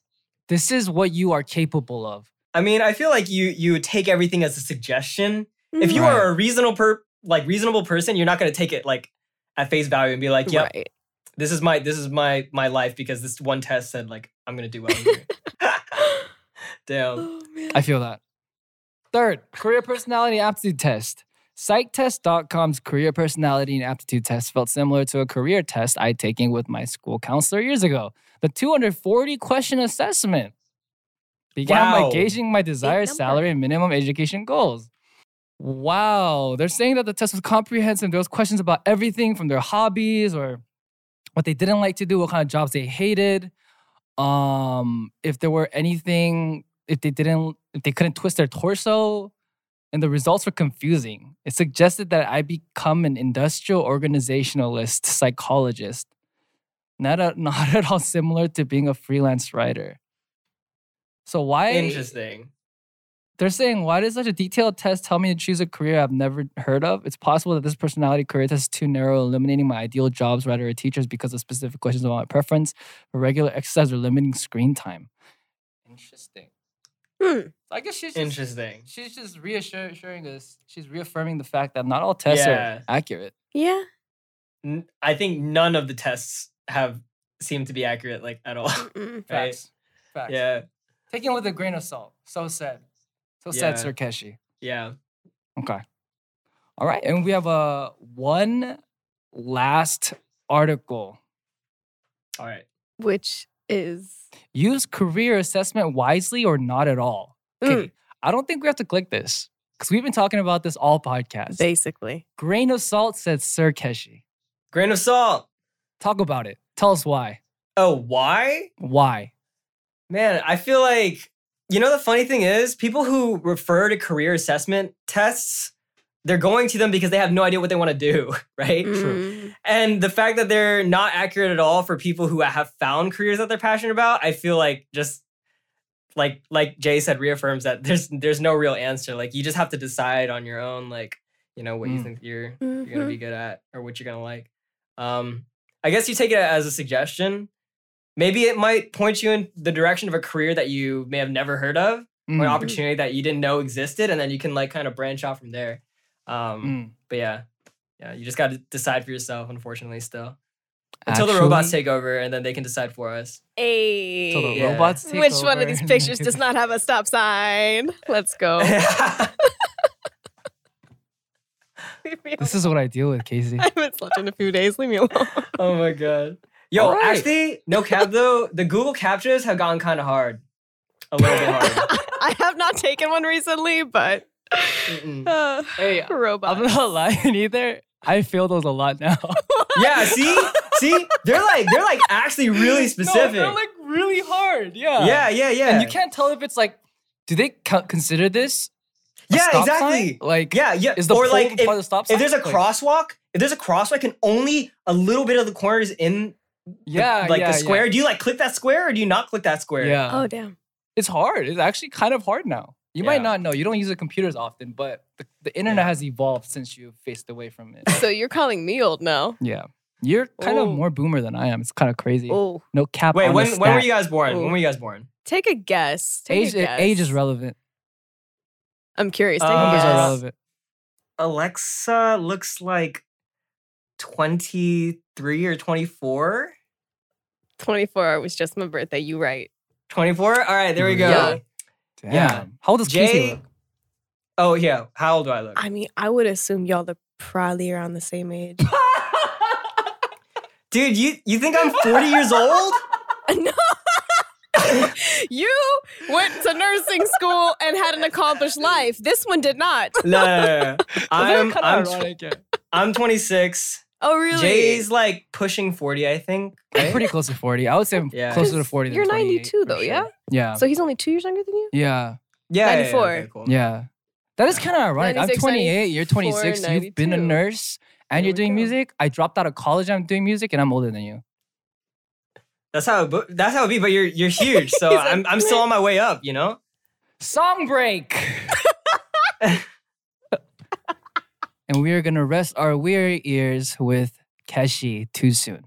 Speaker 2: this is what you are capable of.
Speaker 1: I mean, I feel like you you take everything as a suggestion if you are a reasonable per like reasonable person you're not going to take it like at face value and be like yep
Speaker 3: right.
Speaker 1: this is my this is my my life because this one test said like i'm going to do well in here." damn
Speaker 3: Oh man.
Speaker 2: I feel that. Third, career personality aptitude test. PsychTest.com's career personality and aptitude test felt similar to a career test I'd taken with my school counselor years ago. The 240 question assessment began by
Speaker 1: Wow.
Speaker 2: gauging my desired
Speaker 3: number.
Speaker 2: salary and minimum education goals. Wow, they're saying that the test was comprehensive. There was questions about everything from their hobbies or what they didn't like to do, what kind of jobs they hated, um, if there were anything, if they didn't, if they couldn't twist their torso, and the results were confusing. It suggested that I become an industrial organizationalist psychologist, not a, not at all similar to being a freelance writer. So why?
Speaker 1: interesting
Speaker 2: They're saying, why does such a detailed test tell me to choose a career I've never heard of? It's possible that this personality career test is too narrow, eliminating my ideal jobs, writer, or teachers because of specific questions about my preference for regular exercise or limiting screen time. Interesting.
Speaker 3: Hmm.
Speaker 2: I guess she's just,
Speaker 1: interesting
Speaker 2: she's just reassuring us. She's reaffirming the fact that not all tests
Speaker 1: Yeah.
Speaker 2: are accurate.
Speaker 3: yeah.
Speaker 1: N- i think none of the tests have seemed to be accurate like at all
Speaker 3: Mm-mm.
Speaker 1: Right.
Speaker 2: Facts. Facts.
Speaker 1: yeah
Speaker 2: Taken with a grain of salt. So sad. So
Speaker 1: Yeah.
Speaker 2: sad, Sir Keshi.
Speaker 1: yeah
Speaker 2: Okay. All right. And we have uh, one last article.
Speaker 1: all right
Speaker 3: Which is
Speaker 2: Use career assessment wisely or not at all. Okay.
Speaker 3: Mm.
Speaker 2: I don't think we have to click this because we've been talking about this all podcast.
Speaker 3: basically.
Speaker 2: Grain of salt says Sir Keshi.
Speaker 1: grain of salt
Speaker 2: Talk about it. Tell us why.
Speaker 1: oh why
Speaker 2: Why?
Speaker 1: Man, I feel like you know the funny thing is people who refer to career assessment tests, they're going to them because they have no idea what they want to do, right?
Speaker 3: True.
Speaker 1: And the fact that they're not accurate at all for people who have found careers that they're passionate about, I feel like just like like Jay said reaffirms that there's there's no real answer. Like you just have to decide on your own like, you know, what you
Speaker 2: Mm.
Speaker 1: think you're you're
Speaker 3: Mm-hmm.
Speaker 1: gonna
Speaker 2: Mm-hmm.
Speaker 1: be good at or what you're gonna like. Um, I guess you take it as a suggestion. Maybe it might point you in the direction of a career that you may have never heard of,
Speaker 6: or an
Speaker 2: Mm,
Speaker 6: opportunity that you didn't know existed, and then you can like kind of branch out from there. Um,
Speaker 2: mm.
Speaker 6: But yeah, yeah, you just got to decide for yourself. Unfortunately, still until the robots
Speaker 2: Actually,
Speaker 6: take over, and then they can decide for us.
Speaker 3: Hey.
Speaker 2: Until the
Speaker 6: Yeah.
Speaker 2: robots take
Speaker 3: Which one
Speaker 2: over
Speaker 3: of these
Speaker 2: and
Speaker 3: pictures
Speaker 2: then-
Speaker 3: does not have a stop sign? Let's go.
Speaker 2: Oh.
Speaker 3: Leave me
Speaker 2: This is what I deal with, Casey.
Speaker 3: I haven't slept in a few days. Leave me alone.
Speaker 6: oh my god. Yo,
Speaker 2: Alright.
Speaker 6: actually, no cap though. The Google captures have gone kind of hard, a little bit hard.
Speaker 3: I have not taken one recently, but
Speaker 6: Mm-mm.
Speaker 3: uh,
Speaker 2: Hey,
Speaker 3: robot.
Speaker 2: I'm not lying either. I feel those a lot now.
Speaker 6: Yeah, see, see, they're like they're like actually really specific.
Speaker 2: No, they're like really hard. Yeah.
Speaker 6: yeah, yeah, yeah.
Speaker 2: And you can't tell if it's like, do they co- consider this? a
Speaker 6: yeah,
Speaker 2: stop
Speaker 6: exactly.
Speaker 2: sign? Like,
Speaker 6: Yeah, yeah.
Speaker 2: Is the
Speaker 6: or
Speaker 2: pole
Speaker 6: like
Speaker 2: part of
Speaker 6: if,
Speaker 2: the stop sign?
Speaker 6: if there's a
Speaker 2: Like,
Speaker 6: crosswalk, if there's a crosswalk and only a little bit of the corner is in the-
Speaker 2: yeah,
Speaker 6: like
Speaker 2: yeah,
Speaker 6: the
Speaker 2: yeah.
Speaker 6: square, do you like click that square or do you not click that square?
Speaker 2: Yeah.
Speaker 3: oh, damn.
Speaker 2: It's hard. It's actually kind of hard now. You
Speaker 6: Yeah.
Speaker 2: might not know. You don't use the computers often, but the, the internet
Speaker 6: Yeah.
Speaker 2: has evolved since you faced away from it.
Speaker 3: So you're calling me old now.
Speaker 2: yeah. You're kind
Speaker 3: Oh.
Speaker 2: of more boomer than I am. It's kind of crazy.
Speaker 3: Oh,
Speaker 2: No cap.
Speaker 6: Wait,
Speaker 2: on
Speaker 6: when
Speaker 2: the
Speaker 6: when were
Speaker 2: stat.
Speaker 6: you guys born?
Speaker 3: Ooh.
Speaker 6: When were you guys born?
Speaker 3: take a guess. Take
Speaker 2: Age,
Speaker 3: a guess.
Speaker 2: age is relevant.
Speaker 3: I'm curious. Take
Speaker 6: Uh,
Speaker 3: a
Speaker 2: Numbers
Speaker 3: guess.
Speaker 2: are
Speaker 6: Yes.
Speaker 2: relevant.
Speaker 6: Alexa looks like 23 or 24.
Speaker 3: 24 was just my birthday. You right.
Speaker 6: 24? All right, there we go.
Speaker 3: Yeah.
Speaker 2: Damn.
Speaker 6: Yeah.
Speaker 2: How old is Casey?
Speaker 6: Jay-
Speaker 2: look?
Speaker 6: Oh, yeah. How old do I look?
Speaker 3: I mean, I would assume y'all are probably around the same age.
Speaker 6: Dude, you, you think I'm 40 years old?
Speaker 3: no. you went to nursing school and had an accomplished life. This one did not.
Speaker 6: No, no, no, no. I'm,
Speaker 2: kind
Speaker 6: I'm,
Speaker 2: of
Speaker 6: tw-
Speaker 2: ironic. yeah.
Speaker 6: I'm 26.
Speaker 3: Oh, really?
Speaker 6: Jay's like pushing 40, I think.
Speaker 2: I'm pretty close to 40. I would say I'm
Speaker 6: Yeah.
Speaker 2: closer to 40 than
Speaker 3: You're
Speaker 2: 28,
Speaker 3: 92
Speaker 2: for
Speaker 3: though,
Speaker 2: sure.
Speaker 3: yeah?
Speaker 2: Yeah.
Speaker 3: So he's only two years younger than you?
Speaker 2: yeah.
Speaker 6: Yeah. yeah, yeah,
Speaker 3: 94.
Speaker 6: okay, cool.
Speaker 2: Yeah. That is kind of ironic. I'm
Speaker 3: 96,
Speaker 2: 28, you're 26, you've been a
Speaker 3: 92.
Speaker 2: nurse and
Speaker 3: There
Speaker 2: you're
Speaker 3: we
Speaker 2: doing
Speaker 3: go.
Speaker 2: music. I dropped out of college, I'm doing music, and I'm older than you.
Speaker 6: That's how it, bo- that's how it be, but you're you're huge. So
Speaker 3: He's like,
Speaker 6: I'm I'm still on my way up, you know?
Speaker 2: Song break! and we are going to rest our weary ears with Keshi too soon.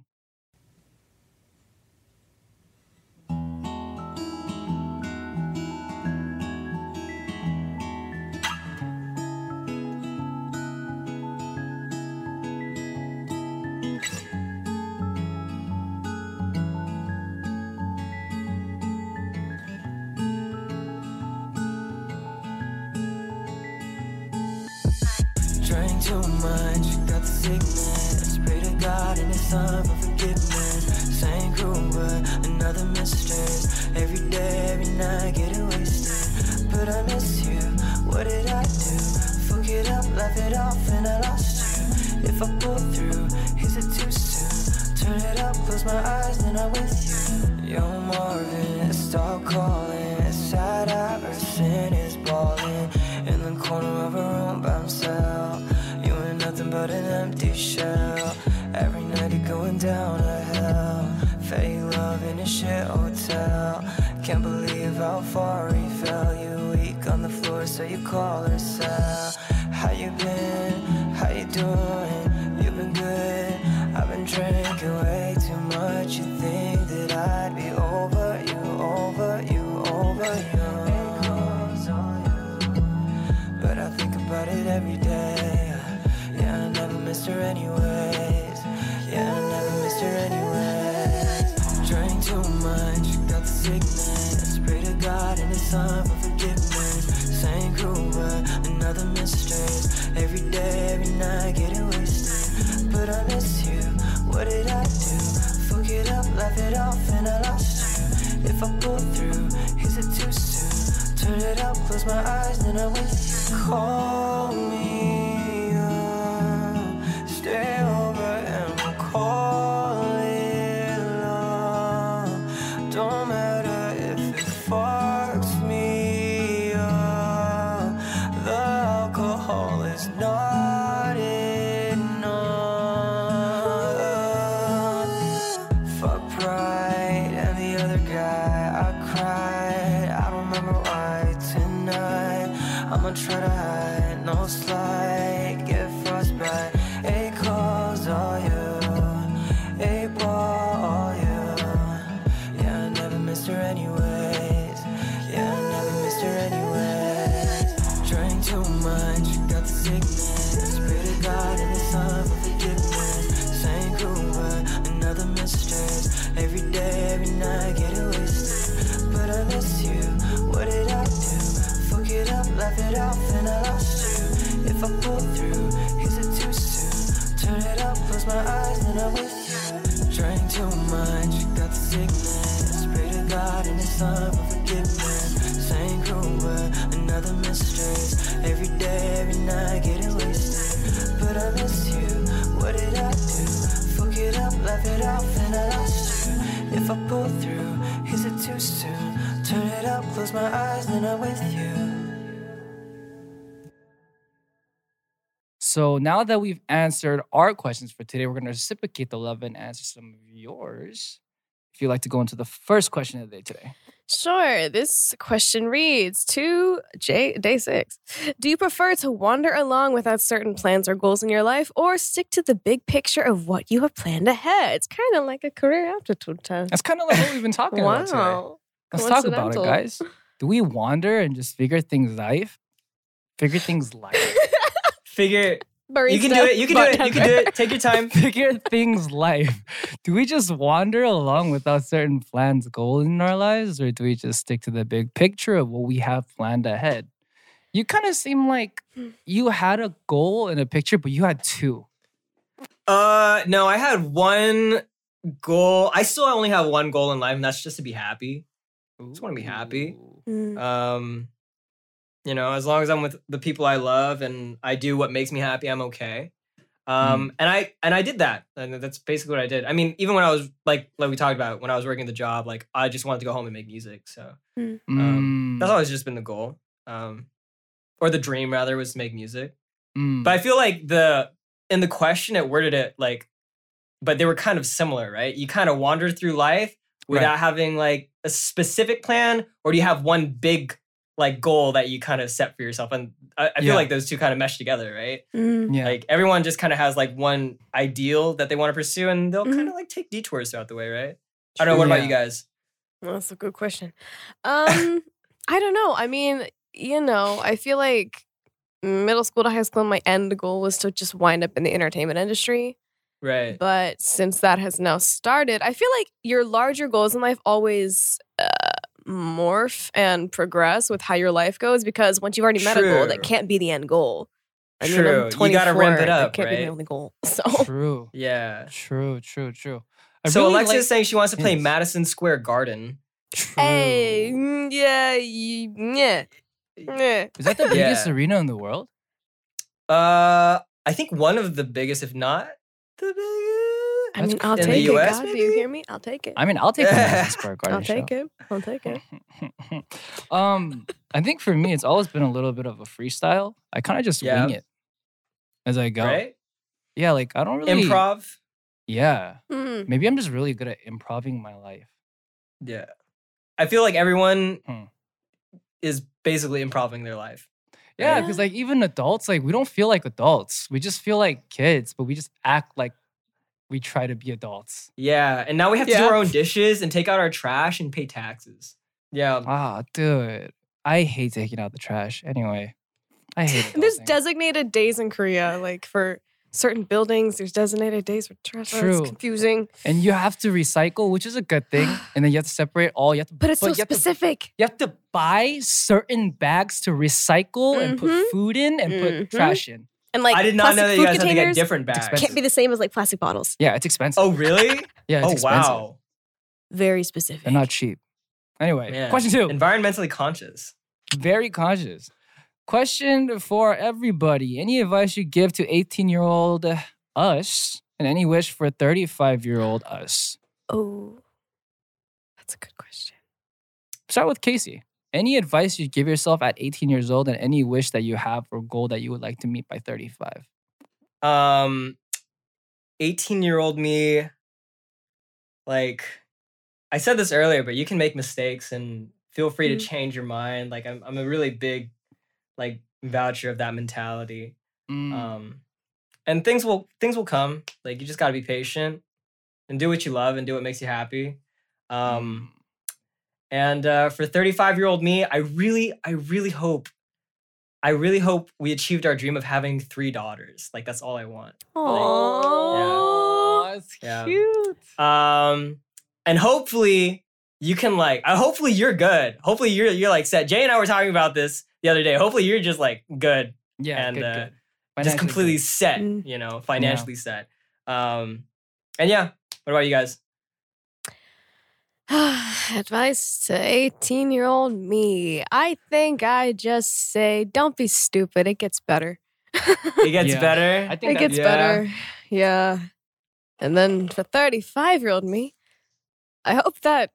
Speaker 1: Drank too much, got the sickness. Pray to God in His Son for forgiveness. Same crew, but another mistress. Every day, every night, getting wasted. But I miss you. What did I do? Fuck it up, laugh it off, and I lost you. If I pull through, is it too soon? Turn it up, close my eyes, then I'm with you. Yo, Marvin, stop calling. Sad Iverson is balling in the corner of a room by himself. You ain't nothing but an empty shell. Every night you're going down to hell. Fake love in a shit hotel. Can't believe how far he fell. You weak on the floor, so you call her Sal. How you been? How you doing? You've been good. I've been drinking way too much. You think that I'd be over you, over you, over you. It goes on you. But I think about it every day. Yeah, I never missed her anyways. Yeah, I never missed her anyways. Drank too much, got the sickness. Pray to God and His Son for forgiveness. Same crew, but another mistress. Every day, every night, getting wasted. But I miss you. What did I do? Fuck it up, laugh it off, and I lost you. If I pull through, is it too soon? Turn it up, close my eyes, then I'm with you. Call me up, stay over and we'll call it love. Don't matter if it fucks me up. The alcohol is not enough. Fuck pride and the other guy. I cried. I don't remember why tonight. I'ma try to hide. No slide. Get frostbite. Eight calls all you. Eight ball all you. Yeah, I never missed her anyways. Yeah, I never missed her anyways.
Speaker 5: up with you. Drank too much, got the sickness. Pray to God and His Son for forgiveness. Same crew, but another mistress. Every day, every night, getting wasted. But I miss you. What did I do? Fuck it up, laugh it off, and I lost you. If I pull through, is it too soon? Turn it up, close my eyes, then I'm with you.
Speaker 2: So now that we've answered our questions for today, we're going to reciprocate the love and answer some of yours. If you'd like to go into the first question of the day today,
Speaker 3: Sure. This question reads to J day six. Do you prefer to wander along without certain plans or goals in your life, or stick to the big picture of what you have planned ahead? It's kind of like a career aptitude test.
Speaker 2: that's kind of like what we've been talking about today.
Speaker 3: Wow.
Speaker 2: Let's talk about it,
Speaker 3: Coincidental.
Speaker 2: guys. Do we wander and just figure things life? Figure things life.
Speaker 1: Figure
Speaker 3: Barista.
Speaker 1: you can do it. You can do it. You can do it. Take your time.
Speaker 2: figure things life. Do we just wander along without certain plans, goals in our lives, or do we just stick to the big picture of what we have planned ahead? You kind of seem like you had a goal and a picture, but you had two.
Speaker 1: Uh, no, I had one goal. I still only have one goal in life, and that's just to be happy. Just wanna be happy.
Speaker 2: Ooh.
Speaker 3: Mm.
Speaker 1: Um, you know, as long as I'm with the people I love and I do what makes me happy, I'm okay. Um, and I and I did that, and that's basically what I did. I mean, even when I was like like we talked about when I was working the job, like I just wanted to go home and make music. So Um,
Speaker 2: Mm,
Speaker 1: that's always just been the goal, um, or the dream rather, was to make music.
Speaker 2: mm.
Speaker 1: But I feel like the in the question it worded it like, but they were kind of similar, right? You kind of wander through life
Speaker 2: Right.
Speaker 1: without having like a specific plan, or do you have one big like goal that you kind of set for yourself? And I, I feel
Speaker 2: Yeah.
Speaker 1: like those two kind of mesh together, right?
Speaker 3: Mm.
Speaker 2: yeah.
Speaker 1: Like everyone just kind of has like one ideal that they want to pursue, and they'll
Speaker 3: Mhm.
Speaker 1: kind of like take detours throughout the way, right? I don't know. What about you
Speaker 2: Yeah.
Speaker 1: guys?
Speaker 3: Well, that's a good question. Um, I don't know. I mean, you know, I feel like middle school to high school, my end goal was to just wind up in the entertainment industry.
Speaker 1: Right.
Speaker 3: But since that has now started, I feel like your larger goals in life always uh, morph and progress with how your life goes because once you've already met a goal, that
Speaker 1: True.
Speaker 3: can't be the end goal. I mean,
Speaker 1: True.
Speaker 3: I'm
Speaker 1: You gotta ramp
Speaker 3: 24,
Speaker 1: it up,
Speaker 3: That can't be
Speaker 1: right?
Speaker 3: the only goal. So
Speaker 2: true,
Speaker 1: Yeah.
Speaker 2: true, true, true. I
Speaker 1: so
Speaker 2: really
Speaker 1: Alexa's
Speaker 2: like-
Speaker 1: saying she wants to play
Speaker 2: Yes.
Speaker 1: Madison Square Garden.
Speaker 2: True.
Speaker 3: Hey,
Speaker 2: Um,
Speaker 3: mm, yeah, y- yeah, yeah.
Speaker 2: Is that the
Speaker 1: Yeah.
Speaker 2: biggest arena in the world?
Speaker 1: Uh, I think one of the biggest, if not the biggest.
Speaker 3: I
Speaker 2: That's
Speaker 3: mean, I'll
Speaker 1: crazy.
Speaker 3: take
Speaker 1: In the
Speaker 3: it.
Speaker 1: US,
Speaker 3: God, do
Speaker 1: maybe?
Speaker 3: you hear me? I'll take it.
Speaker 2: I mean, I'll take the Madison Square Garden.
Speaker 3: I'll take
Speaker 2: show.
Speaker 3: it. I'll take it.
Speaker 2: um, I think for me, it's always been a little bit of a freestyle. I kind of just
Speaker 1: Yeah.
Speaker 2: wing it as I go.
Speaker 1: Right?
Speaker 2: Yeah, like I don't really
Speaker 1: Improv.
Speaker 2: Yeah,
Speaker 3: Mm.
Speaker 2: maybe I'm just really good at improving my life.
Speaker 1: Yeah. I feel like everyone
Speaker 2: Hmm.
Speaker 1: is basically improving their life.
Speaker 2: Yeah,
Speaker 3: Yeah.
Speaker 2: because like even adults, like we don't feel like adults. We just feel like kids, but we just act like we try to be adults.
Speaker 1: Yeah. And now we have to do
Speaker 3: Yeah.
Speaker 1: our own dishes and take out our trash and pay taxes. Yeah.
Speaker 2: Ah, dude, I hate taking out the trash. Anyway, I hate.
Speaker 3: And There's
Speaker 2: adulting.
Speaker 3: designated days in Korea, like for certain buildings. There's designated days for trash. Oh,
Speaker 2: True.
Speaker 3: It's confusing,
Speaker 2: and you have to recycle, which is a good thing. And then you have to separate all. You have to,
Speaker 3: but it's so
Speaker 2: you have to
Speaker 3: specific.
Speaker 2: You have to buy certain bags to recycle and put
Speaker 1: Mm-hmm.
Speaker 3: Mhm.
Speaker 2: food in and put
Speaker 3: Mhm.
Speaker 2: trash in.
Speaker 3: And like
Speaker 1: I did not know
Speaker 3: plastic
Speaker 1: that you
Speaker 3: food
Speaker 1: guys had to get
Speaker 3: containers
Speaker 1: different bags.
Speaker 2: expensive.
Speaker 3: Can't be the same as like plastic bottles.
Speaker 2: Yeah, it's expensive.
Speaker 1: Oh, really?
Speaker 2: yeah, it's
Speaker 1: oh,
Speaker 2: expensive.
Speaker 1: wow.
Speaker 3: Very specific.
Speaker 2: They're not cheap. Anyway,
Speaker 1: Man.
Speaker 2: question two.
Speaker 1: Environmentally conscious.
Speaker 2: Very conscious. Question for everybody. Any advice you give to 18 year old us and any wish for 35 year old us?
Speaker 3: oh, that's a good question.
Speaker 2: Start with Casey. Any advice you give yourself at 18 years old and any wish that you have or goal that you would like to meet by 35?
Speaker 1: um 18 year old me like i said this earlier but you can make mistakes and feel free to
Speaker 3: Mhm.
Speaker 1: change your mind like i'm, I'm a really big like voucher of that mentality
Speaker 2: Mm,
Speaker 1: um and things will things will come like you just got to be patient and do what you love and do what makes you happy
Speaker 2: Mm-hmm.
Speaker 1: um and uh, for 35 year old me, I really, I really hope, I really hope we achieved our dream of having three daughters. Like that's all I want.
Speaker 2: Aw,
Speaker 3: Oh,
Speaker 2: it's
Speaker 1: Yeah.
Speaker 2: cute.
Speaker 1: Um, and hopefully you can like, uh, hopefully you're good. Hopefully you're you're like set. Jay and I were talking about this the other day. Hopefully you're just like good,
Speaker 2: Yeah,
Speaker 1: And,
Speaker 2: good,
Speaker 1: uh,
Speaker 2: good.
Speaker 1: just
Speaker 2: Financially
Speaker 1: completely
Speaker 2: good.
Speaker 1: set.
Speaker 3: Mm.
Speaker 1: You know, financially set. Um, And yeah, what about you guys?
Speaker 3: Advice to 18 year old me. I think I just say, don't be stupid. It gets better.
Speaker 1: It gets
Speaker 2: Yeah.
Speaker 1: better.
Speaker 2: I think
Speaker 3: it
Speaker 2: that-
Speaker 3: gets
Speaker 1: yeah.
Speaker 3: better. Yeah. And then for 35 year old me, I hope that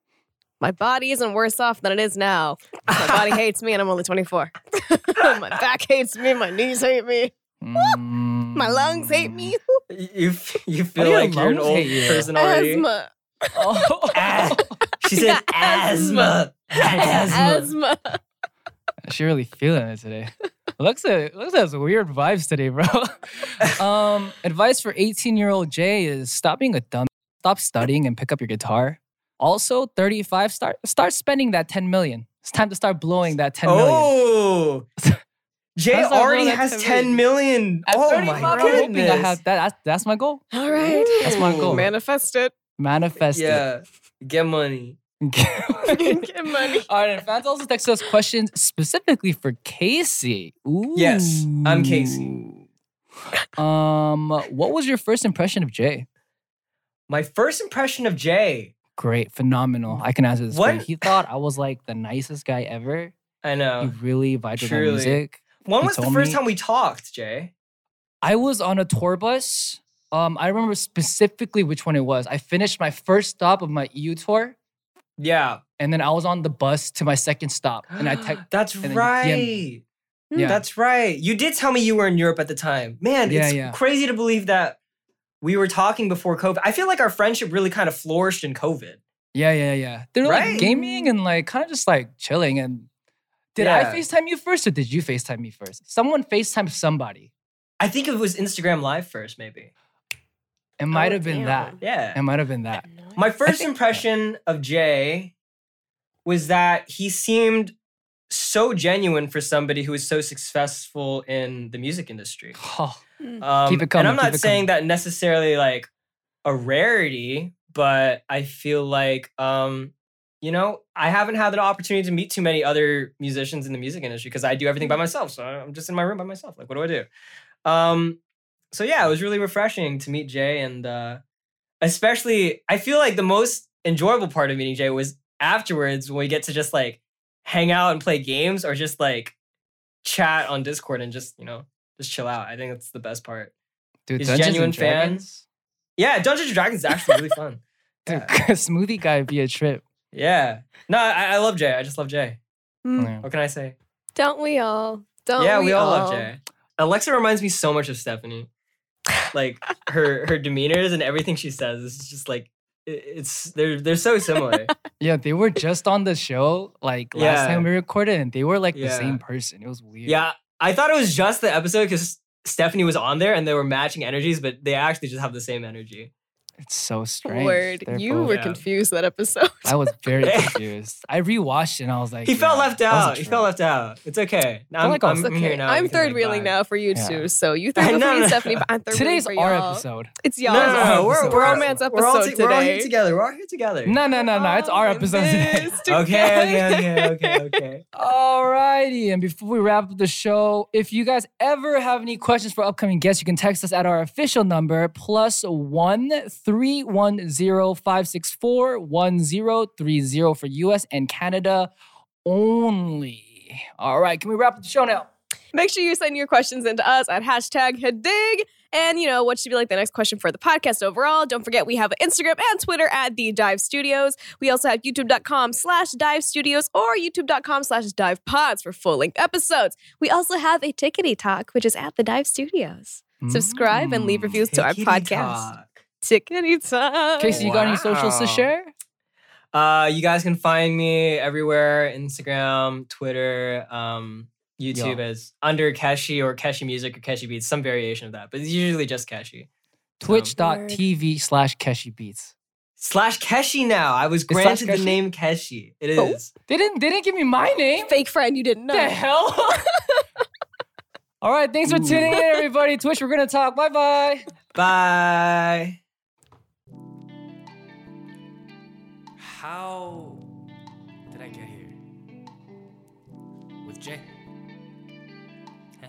Speaker 3: my body isn't worse off than it is now. My body hates me and I'm only 24. my back hates me. My knees hate me.
Speaker 2: Mm.
Speaker 3: My lungs hate me.
Speaker 1: You f-
Speaker 2: do
Speaker 1: you feel
Speaker 2: your
Speaker 1: like you're an
Speaker 2: lungs
Speaker 1: old
Speaker 2: hate you?
Speaker 1: person already.
Speaker 3: Asthma.
Speaker 2: Oh.
Speaker 1: Ah. She said
Speaker 3: got
Speaker 1: asthma. Asthma.
Speaker 3: Asthma.
Speaker 2: She really feeling it today. Alexa, Alexa has weird vibes today, bro. um, advice for 18 year old Jay is stop being a dumb, stop studying and pick up your guitar. Also, 35, start start spending that 10 million. It's time to start blowing that 10 million.
Speaker 1: Oh. Jay
Speaker 2: That's not
Speaker 1: already
Speaker 2: wrong,
Speaker 1: has
Speaker 2: that's
Speaker 1: 10 million.
Speaker 2: At
Speaker 1: oh
Speaker 2: 35,
Speaker 1: my
Speaker 2: I'm hoping
Speaker 1: goodness.
Speaker 2: I have that. That's, that's my goal.
Speaker 3: All right.
Speaker 2: That's my goal.
Speaker 3: Manifest it.
Speaker 2: Manifest it.
Speaker 1: yeah. Get money.
Speaker 3: Get money.
Speaker 2: All right, and fans also text us questions specifically for Casey. Ooh.
Speaker 1: Yes, I'm Casey.
Speaker 2: Um, what was your first impression of Jay?
Speaker 1: My first impression of Jay.
Speaker 2: Great, phenomenal. I can answer this. for you.
Speaker 1: What?
Speaker 2: He thought I was like the nicest guy ever.
Speaker 1: I
Speaker 2: He
Speaker 1: know.
Speaker 2: really vibed with my
Speaker 1: Truly.
Speaker 2: music.
Speaker 1: When
Speaker 2: he
Speaker 1: was the
Speaker 2: told
Speaker 1: first
Speaker 2: me-
Speaker 1: time we talked, Jay?
Speaker 2: I was on a tour bus. Um, I remember specifically which one it was. I finished my first stop of my EU tour,
Speaker 1: Yeah.
Speaker 2: and then I was on the bus to my second stop, and I text.
Speaker 1: That's
Speaker 2: and then he
Speaker 1: right.
Speaker 2: DM'd Yeah.
Speaker 1: That's right. You did tell me you were in Europe at the time. Man,
Speaker 2: Yeah,
Speaker 1: it's
Speaker 2: yeah.
Speaker 1: crazy to believe that we were talking before COVID. I feel like our friendship really kind of flourished in COVID.
Speaker 2: Yeah, yeah, yeah. They're
Speaker 1: Right?
Speaker 2: like gaming and like kind of just like chilling. And did
Speaker 1: Yeah.
Speaker 2: I FaceTime you first or did you FaceTime me first? Someone FaceTime somebody.
Speaker 1: I think it was Instagram Live first, maybe.
Speaker 2: It might
Speaker 3: Oh,
Speaker 2: have been
Speaker 3: damn.
Speaker 1: Yeah.
Speaker 2: that. It might have been that.
Speaker 1: My first
Speaker 2: think-
Speaker 1: impression of Jay was that he seemed so genuine for somebody who is so successful in the music industry.
Speaker 2: Oh,
Speaker 1: Um,
Speaker 2: Keep it
Speaker 1: And
Speaker 2: coming,
Speaker 1: I'm
Speaker 2: keep
Speaker 1: not
Speaker 2: it
Speaker 1: saying that necessarily like a rarity, but I feel like, um, you know, I haven't had the opportunity to meet too many other musicians in the music industry because I do everything by myself. So I'm just in my room by myself. Like, what do I do? Um, so yeah, it was really refreshing to meet Jay, and uh, especially I feel like the most enjoyable part of meeting Jay was afterwards when we get to just like hang out and play games or just like chat on Discord and just you know just chill out. I think that's the best part.
Speaker 2: dude,
Speaker 1: He's
Speaker 2: Dungeons
Speaker 1: genuine
Speaker 2: and Dragons.
Speaker 1: Yeah, Dungeons and Dragons is actually really fun.
Speaker 2: Dude,
Speaker 1: Yeah.
Speaker 2: smoothie guy be a trip.
Speaker 1: Yeah. No, I, I love Jay. I just love Jay.
Speaker 3: Mm.
Speaker 2: Yeah.
Speaker 1: What can I say?
Speaker 3: Don't we all? Don't
Speaker 1: yeah, we, all,
Speaker 3: Oh, all?
Speaker 1: love Jay. Alexa reminds me so much of Stephanie. Like her her demeanors and everything she says is just like i- it's they're they're so similar.
Speaker 2: Yeah, they were just on the show like last
Speaker 1: Yeah.
Speaker 2: time we recorded, and they were like the
Speaker 1: Yeah.
Speaker 2: same person. It was weird.
Speaker 1: yeah, I thought it was just the episode because Stephanie was on there and they were matching energies, but they actually just have the same energy.
Speaker 2: It's so strange.
Speaker 3: Word,
Speaker 2: They're
Speaker 3: you
Speaker 2: both-
Speaker 3: were
Speaker 1: Yeah.
Speaker 3: confused that episode.
Speaker 2: I was very confused. I rewatched it and I was like,
Speaker 1: He felt
Speaker 2: yeah,
Speaker 1: left
Speaker 2: that was a
Speaker 1: out. He felt
Speaker 2: trip.
Speaker 1: left out. It's okay. I'm,
Speaker 2: like
Speaker 1: I'm,
Speaker 2: us.
Speaker 1: I'm here now.
Speaker 3: I'm
Speaker 1: I can, like,
Speaker 3: third wheeling
Speaker 1: vibe.
Speaker 3: now for you
Speaker 2: Yeah.
Speaker 3: two, so you third wheeling
Speaker 1: No,
Speaker 3: for me,
Speaker 1: no.
Speaker 3: Stephanie, but I'm third wheeling
Speaker 2: Today's
Speaker 3: for
Speaker 2: our
Speaker 3: y'all.
Speaker 2: episode.
Speaker 3: It's
Speaker 1: No,
Speaker 3: y'all's
Speaker 1: no, no,
Speaker 2: y'all's
Speaker 1: We're,
Speaker 2: episode.
Speaker 1: we're, all,
Speaker 3: romance episode
Speaker 1: we're all t-
Speaker 3: today.
Speaker 1: We're all here together. We're all here together.
Speaker 2: No, no, no, no. It's our
Speaker 3: All
Speaker 2: episode
Speaker 3: in
Speaker 2: today.
Speaker 3: this
Speaker 1: Okay,
Speaker 3: together.
Speaker 1: okay, okay, okay, okay.
Speaker 2: Alrighty, and before we wrap up the show, if you guys ever have any questions for upcoming guests, you can text us at our official number plus one three one zero five six four one zero three zero for US and Canada only. All right, can we wrap up the show now?
Speaker 3: Make sure you send your questions into us at hashtag Hadig. And you know what should be like the next question for the podcast overall. Don't forget we have Instagram and Twitter at the Dive Studios. We also have youtube.com slash dive studios or youtube.com slash dive pods for full-length episodes. We also have a tickety talk, which is at the Dive Studios. Subscribe and leave
Speaker 2: Mm.
Speaker 3: reviews to our
Speaker 1: Tickety
Speaker 3: podcast.
Speaker 1: tock.
Speaker 3: Tickety talk.
Speaker 2: Casey, you got any socials to
Speaker 1: Wow.
Speaker 2: share?
Speaker 1: Uh, you guys can find me everywhere: Instagram, Twitter, um, YouTube as under Keshi or Keshi Music or Keshi Beats, some variation of that, but it's usually just Keshi
Speaker 2: Twitch.tv slash Keshi Beats.
Speaker 1: slash Keshi. Now I was
Speaker 2: slash
Speaker 1: granted the
Speaker 2: Keshi?
Speaker 1: name Keshi. It
Speaker 3: Oh.
Speaker 1: is.
Speaker 2: They didn't they didn't give me my name.
Speaker 3: Fake friend, you didn't
Speaker 2: the
Speaker 3: know.
Speaker 2: hell? All right, thanks for tuning in, everybody. Twitch, we're gonna talk. Bye bye.
Speaker 1: Bye.
Speaker 7: How did I get here? With Jay. Heh.